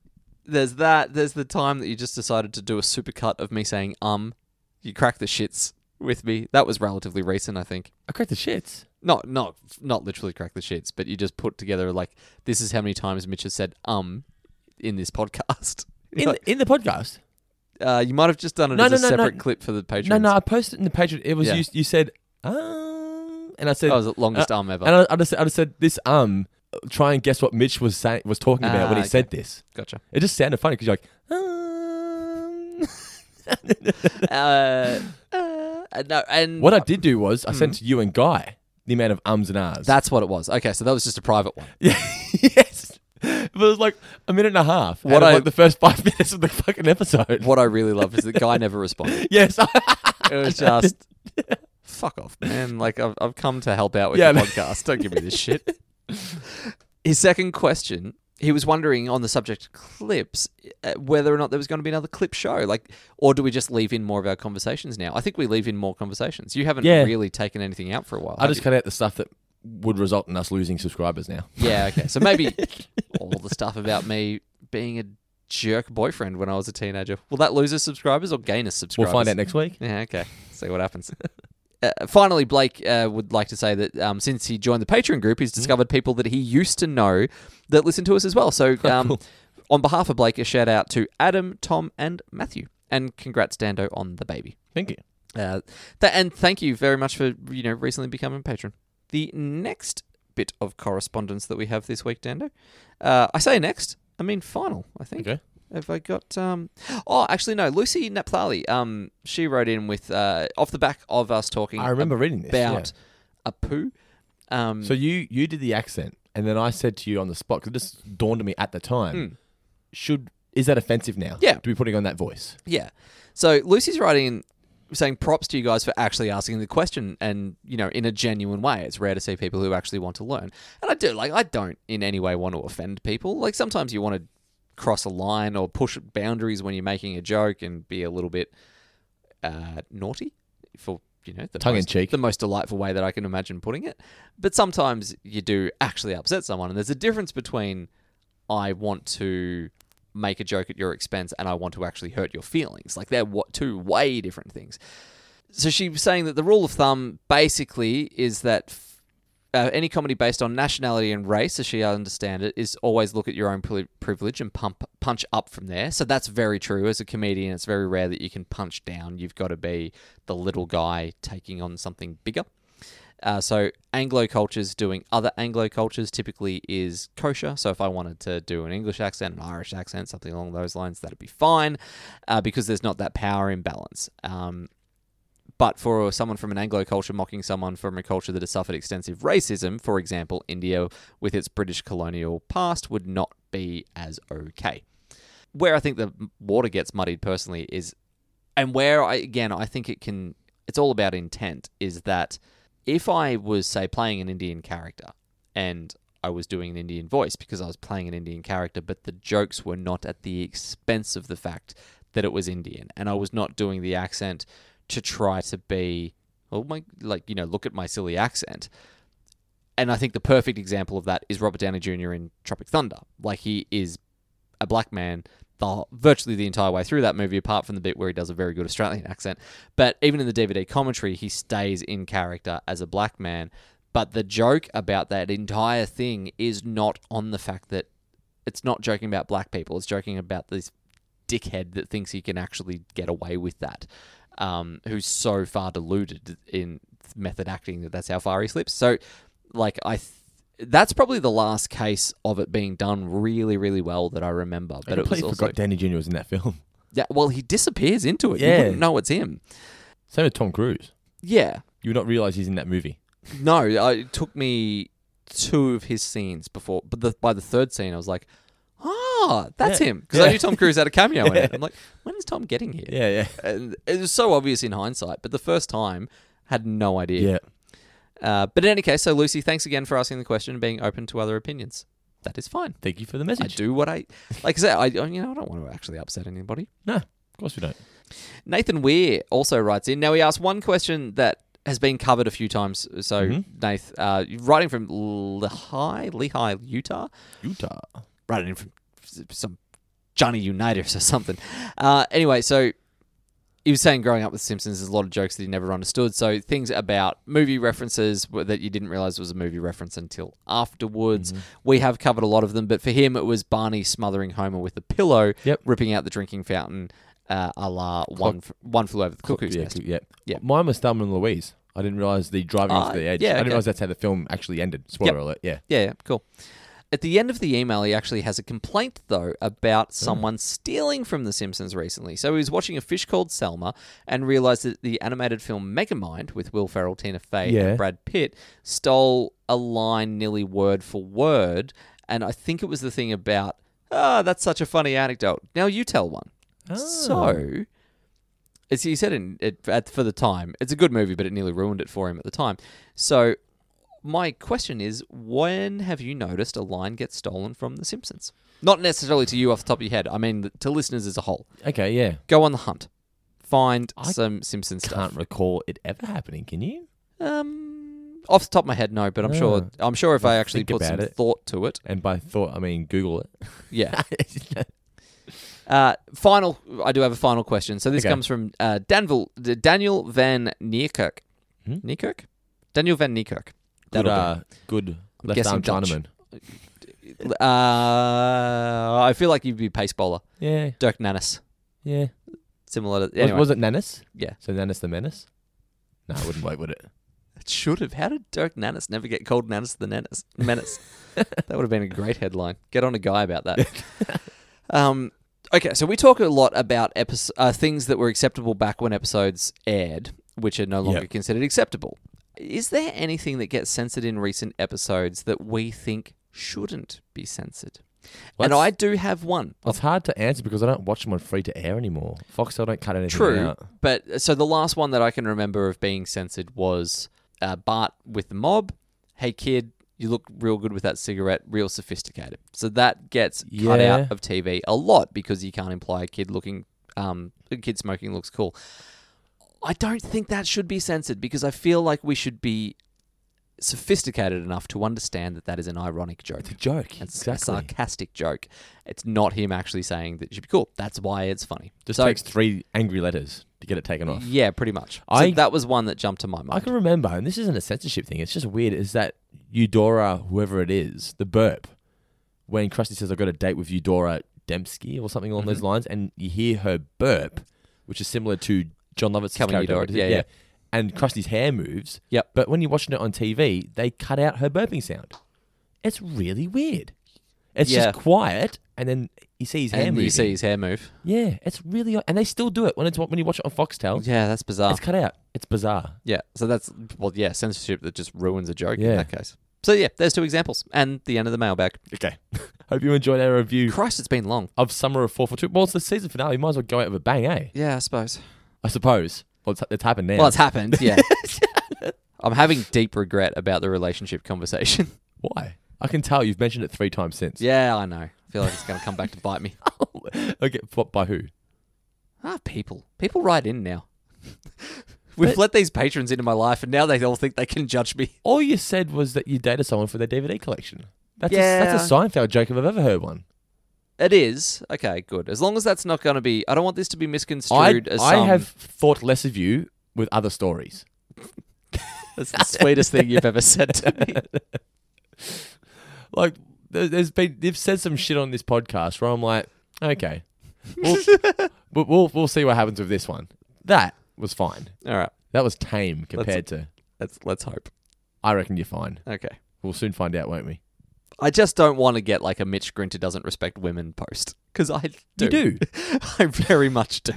there's that. There's the time that you just decided to do a supercut of me saying um. You cracked the shits with me. That was relatively recent, I think. I cracked the shits. Not not not literally crack the shits, but you just put together like this is how many times Mitch has said um in this podcast. (laughs) In the, in the podcast. uh, you might have just done it No, as no, a no, no. separate clip for the Patreon. No, no, I posted in the Patreon. It was Yeah. you. You said, um, and I said, That was the longest and I- um ever. And I, I just, I just said this um. Try and guess what Mitch was saying was talking about Ah, when he okay. said this. Gotcha. It just sounded funny because you're like, um. uh, uh, no, and (laughs) what I did do was I sent to you and Guy the amount of ums and ahs. (laughs) That's what it was. Okay, so that was just a private one. but it was like a minute and a half. What What I I- like the first five (laughs) minutes of the fucking episode. What I really love is that guy never (laughs) responded. Yes, (laughs) It was (laughs) just fuck off, man. Like I've I've come to help out with Yeah, your no. podcast. Don't give me this (laughs) shit. His second question, he was wondering on the subject of clips uh, whether or not there was going to be another clip show, like, or do we just leave in more of our conversations now? I think we leave in more conversations. You haven't Yeah. really taken anything out for a while. I have just you? cut out the stuff that would result in us losing subscribers now. Yeah, okay. (laughs) So maybe all the stuff about me being a jerk boyfriend when I was a teenager. Will that lose us subscribers or gain us We'll subscribers? find out next week. Yeah, okay. See what (laughs) happens. Uh, finally, Blake uh, would like to say that um, since Mm-hmm. (laughs) Oh, he joined the Patreon group, he's discovered people that he used to know that listen to us as well. So um, on behalf of Blake, a shout out to Adam, Tom, and Matthew. And congrats, Dando, on the baby. Thank you. Uh, th- and thank you very much for you know recently becoming a patron. The next bit of correspondence that we have this week, Dando. Uh, I say next, I mean final. I think. Okay. Have I got? Um, oh, actually, no. Lucy Napthali. Um, she wrote in with uh, off the back of us talking. I remember reading this, yeah. about a poo. Um, So you you did the accent, and then I said to you on the spot 'cause it just dawned on me at the time. Mm. Should is that offensive now? Yeah. to be putting on that voice. Yeah. So Lucy's writing in saying props to you guys for actually asking the question and, you know, in a genuine way. It's rare to see people who actually want to learn. And I do, like, I don't in any way want to offend people. Like, sometimes you want to cross a line or push boundaries when you're making a joke and be a little bit uh, naughty for, you know, the Tongue in most- cheek. the most delightful way that I can imagine putting it. But sometimes you do actually upset someone. And there's a difference between I want to make a joke at your expense and I want to actually hurt your feelings. Like they're what two way different things. So she was saying that the rule of thumb basically is that f- uh, any comedy based on nationality and race, as she understand it, is always look at your own pri- privilege and pump punch up from there. So that's very true. As a comedian, it's very rare that you can punch down. You've got to be the little guy taking on something bigger. Uh, so Anglo cultures doing other Anglo cultures typically is kosher. So if I wanted to do an English accent, an Irish accent, something along those lines, that'd be fine, uh, because there's not that power imbalance. Um, but for someone from an Anglo culture mocking someone from a culture that has suffered extensive racism, for example, India with its British colonial past, would not be as okay. Where I think the water gets muddied personally is, and where I, again, I think it can, it's all about intent, is that if I was, say, playing an Indian character and I was doing an Indian voice because I was playing an Indian character, but the jokes were not at the expense of the fact that it was Indian. And I was not doing the accent to try to be, oh my, like, you know, look at my silly accent. And I think the perfect example of that is Robert Downey Jr. in Tropic Thunder. Like, he is a black man the virtually the entire way through that movie, apart from the bit where he does a very good Australian accent. But even in the DVD commentary, he stays in character as a black man. But the joke about that entire thing is not on the fact that it's not joking about black people. It's joking about this dickhead that thinks he can actually get away with that, um, who's so far deluded in method acting that that's how far he slips. So, like, I. Th- that's probably the last case of it being done really, really well that I remember. I But it was completely also forgot Danny Jr. was in that film. yeah, well, he disappears into it. You Yeah. wouldn't know it's him. (laughs) Same with Tom Cruise. Yeah. You would not realize he's in that movie. No, I, it took me two of his scenes before, but the, by the third scene, I was like, ah, that's Yeah. him. Because I Yeah. knew Tom Cruise had a cameo (laughs) in it. Yeah. I'm like, when is Tom getting here? Yeah, yeah. And it was so obvious in hindsight, but the first time, had no idea. Yeah. Uh, but in any case, so Lucy, thanks again for asking the question and being open to other opinions. That is fine. Thank you for the message. I do what I like. I said, I you know I don't want to actually upset anybody. No, of course we don't. Nathan Weir also writes in. Now, he asked one question that has been covered a few times. So, Mhm. Nath, uh, writing from Lehigh, Lehigh, Utah. Utah. Writing in from s- some Johnny Unitas or something. Uh, anyway, so he was saying growing up with Simpsons, there's a lot of jokes that he never understood. So, things about movie references w- that you didn't realize was a movie reference until afterwards. We have covered a lot of them, but for him, it was Barney smothering Homer with a pillow, ripping out the drinking fountain. Uh, a la one, f- one flew over the cuckoo's yeah, nest. coo- yeah. Uh, Mine was Thelma and Louise. I didn't realize the driving Ah, into the edge. I yeah, didn't okay. realize that's how the film actually ended. Spoiler Yep. alert. Yeah. Yeah, yeah, cool. At the end of the email, he actually has a complaint, though, about someone stealing from The Simpsons recently. So he was watching A Fish Called Selma and realized that the animated film Megamind with Will Ferrell, Tina Fey, Yeah. and Brad Pitt stole a line nearly word for word. And I think it was the thing about, ah, that's such a funny anecdote. Now you tell one. So, as he Oh. said in it at, for the time, it's a good movie, but it nearly ruined it for him at the time. So, my question is, when have you noticed a line get stolen from The Simpsons? Not necessarily to you off the top of your head. I mean, to listeners as a whole. Okay, yeah. Go on the hunt. Find I some Simpsons stuff. (laughs) Can't recall it ever happening. Can you? Um, off the top of my head, no, but I'm sure. I'm sure if I actually Oh. Think put some about it. thought to it. And by thought, I mean Google (laughs) it. Yeah. Uh, final, I do have a final question. So this Okay. comes from uh, Danville, D- Daniel Van Neerkirk. Hmm? Neerkirk? Daniel Van Neerkirk. Good, That'll do. uh, good I'm left guessing arm Dutch. Chinaman. Uh, I feel like you'd be pace bowler. Yeah. Dirk Nannis. Yeah. Similar to. Was- Anyway. Was, it Nannis? Yeah. So Nannis the Menace? No, it wouldn't work, would it? It should have. How did Dirk Nannis never get called Nannis the Nannis? Menace. (laughs) that would have been a great headline. Get on a guy about that. (laughs) um, okay, so we talk a lot about episo- uh, things that were acceptable back when episodes aired, which are no longer Yep. considered acceptable. Is there anything that gets censored in recent episodes that we think shouldn't be censored? and I do have one. It's hard to answer because I don't watch them on free to air anymore. Foxtel don't cut anything True, out. but uh, so the last one that I can remember of being censored was uh, Bart with the mob. Hey kid, you look real good with that cigarette, real sophisticated. So that gets cut Yeah. out of TV a lot because you can't imply a kid looking, um, a kid smoking looks cool. I don't think that should be censored because I feel like we should be sophisticated enough to understand that that is an ironic joke. It's a joke. It's a sarcastic joke. It's not him actually saying that it should be cool. That's why it's funny. Just So- takes three angry letters to get it taken off. yeah, pretty much. I- so that was one that jumped to my mind. I can remember, and this isn't a censorship thing. It's just weird. Is that Eudora, whoever it is, the burp, when Krusty says I've got a date with Eudora Dembski or something along those Mhm. lines, and you hear her burp, which is similar to John Lovett's Coming character, Eudora, what is it? yeah, yeah. And Krusty's hair moves. Yep. But when you're watching it on TV, they cut out her burping sound. It's really weird. It's Yeah. just quiet, and then you see his hair And moving. you see his hair move. Yeah, it's really odd. and they still do it when it's when you watch it on Foxtel. Yeah, that's bizarre. It's cut out. It's bizarre. Yeah, so that's well, yeah, censorship that just ruins a joke Yeah. in that case. So yeah, there's two examples, and the end of the mailbag. Okay, (laughs) Hope you enjoyed our review. Christ, it's been long. Of Summer of 4 for 2. Well, it's the season finale. You might as well go out with a bang, eh? Yeah, I suppose. I suppose. Well, it's, it's happened now. Well, it's happened. (laughs) Yeah, I'm having deep regret about the relationship (laughs) conversation. Why? I can tell you've mentioned it three times since. Yeah, I know. I feel like it's going to come back to bite me. (laughs) okay, what, by who? Ah, people. People write in now. (laughs) We've let these patrons into my life, and now they all think they can judge me. All you said was that you dated someone for their DVD collection. That's, a, Yeah. that's a Seinfeld joke if I've ever heard one. It is okay, good. As long as that's not going to be, I don't want this to be I, misconstrued as I some- have (laughs) thought less of you with other stories. That's the sweetest thing you've ever said to me. Like, there- there's been, they've said some shit on this podcast where I'm like, okay, we'll, (laughs) we'll, we'll, we'll see what happens with this one. That was fine. (laughs) All right. That was tame compared to. Let's let's hope. I reckon you're fine. Okay. We'll soon find out, won't we? I just don't want to get like a Mitch Grinter doesn't respect women post because I do. You do. (laughs) I very much do.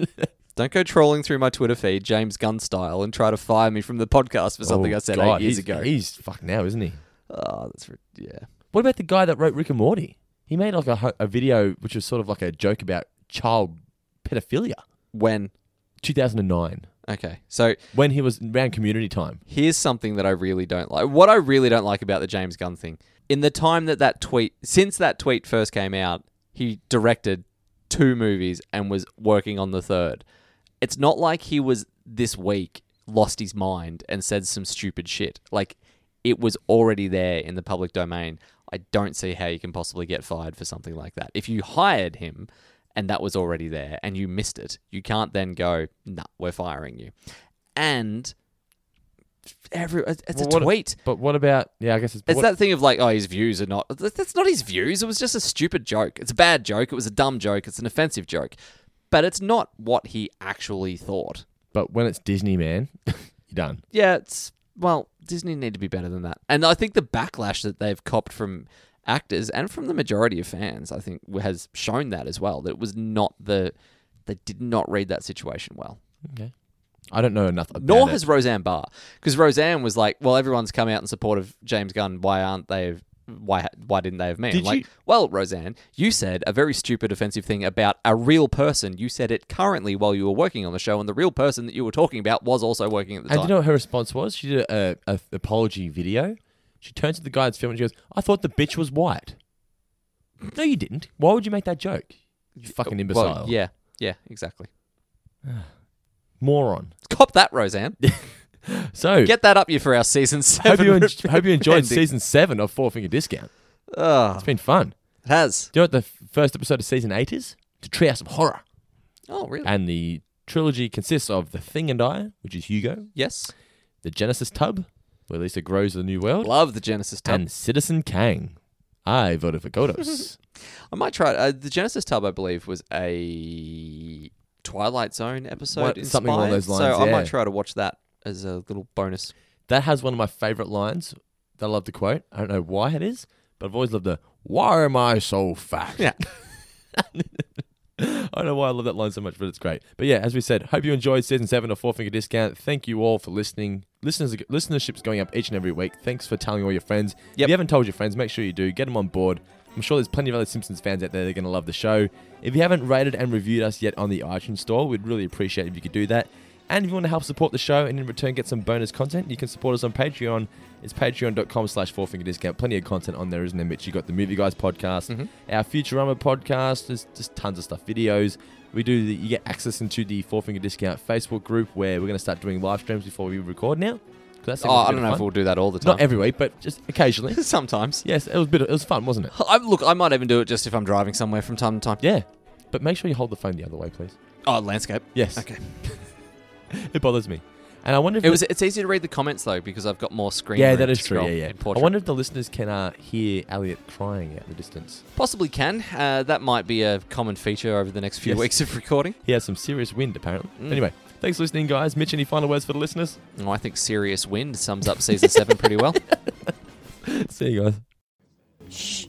(laughs) don't go trolling through my Twitter feed, James Gunn style, and try to fire me from the podcast for something Oh, I said God, eight years he's- ago. He's fuck now, isn't he? Oh, that's ri- yeah. What about the guy that wrote Rick and Morty? He made like a, ho- a video which was sort of like a joke about child pedophilia. When? 2009. Okay. So when he was around community time. Here's something that I really don't like. What I really don't like about the James Gunn thing. In the time that that tweet, since that tweet first came out, he directed two movies and was working on the third. It's not like he was this week lost his mind and said some stupid shit. Like it was already there in the public domain. I don't see how you can possibly get fired for something like that. If you hired him and that was already there and you missed it, you can't then go, "Nah, we're firing you." And every it's it's Well, a what- tweet. But what about? Yeah, I guess it's. It's what- that thing of like, oh, his views are not. th- That's not his views. It was just a stupid joke. It's a bad joke. It was a dumb joke. It's an offensive joke. But it's not what he actually thought. But when it's Disney, man, (laughs) you're done. Yeah, it's well, Disney need to be better than that. And I think the backlash that they've copped from actors and from the majority of fans, I think, has shown that as well. That it was not the they did not read that situation well. Okay. I don't know enough. About Nor it. has Roseanne Barr, because Roseanne was like, "Well, everyone's come out in support of James Gunn. Why aren't they? Why why didn't they have me?" I'm Did like, you- well, Roseanne, you said a very stupid, offensive thing about a real person. You said it currently while you were working on the show, and the real person that you were talking about was also working at And the do time. you know what her response was? She did a, a apology video. She turns to the guy that's filming. She goes, "I thought the bitch was white." No, you didn't. Why would you make that joke? You fucking imbecile, Well, yeah, yeah, exactly. moron. Cop (laughs) that, Roseanne. So get that up you for our season seven. Hope you en- (laughs) hope you enjoyed ending. season seven of Four Finger Discount. Ugh. It's been fun. It has. Do you know what the f- first episode of season eight is? It's a treehouse of horror. Oh, really? And the trilogy consists of The Thing and I, which is Hugo. Yes. The Genesis Tub, where Lisa grows the new world. Love the Genesis Tub. And Citizen Kang, I voted for (laughs) Kodos. I might try it. Uh, the Genesis Tub, I believe, was a Twilight Zone episode. What- something along inspired, those lines, So I yeah. might try to watch that as a little bonus. That has one of my favorite lines that I love to quote. I don't know why it is, but I've always loved the "Why am I so fat?" (laughs) Yeah. (laughs) I don't know why I love that line so much, but it's great. But yeah, as we said, hope you enjoyed season seven of Four Finger Discount. Thank you all for listening. Listeners, listenership's going up each and every week. Thanks for telling all your friends. If you haven't told your friends, make sure you do. Get them on board. I'm sure there's plenty of other Simpsons fans out there that are going to love the show. If you haven't rated and reviewed us yet on the iTunes Store, we'd really appreciate if you could do that. And if you want to help support the show and in return get some bonus content, you can support us on Patreon. It's patreon.com slash fourfingerdiscount. Plenty of content on there, isn't there, Mitch? you got the Movie Guys podcast, Mm-hmm. our Futurama podcast, there's just tons of stuff, videos. We do the, you get access into the Four Finger Discount Facebook group where we're going to start doing live streams before we record now. 'Cause that's Oh, I been don't know if fun. we'll do that all the Not time. every week, but just (laughs) (laughs) occasionally. Sometimes. Yes, it was a bit. It was fun, wasn't (sighs) it? I, look, I might even do it just if I'm driving somewhere from time to time. Yeah. But make sure you hold the phone the other way, please. Oh, landscape. Yes. Okay. It bothers me. And I wonder if It the- was. It's easy to read the comments though because I've got more screen. Yeah, room that is to true. scroll Yeah, yeah. in I portrait. wonder if the listeners can uh, hear Elliot crying out in the distance. Possibly can. Uh, that might be a common feature over the next few Yes. weeks of recording. He has some serious wind, apparently. Mm. Anyway, thanks for listening, guys. Mitch, any final words for the listeners? (laughs) No, Oh, I think Serious Wind sums up season seven pretty well. See you guys. Shh.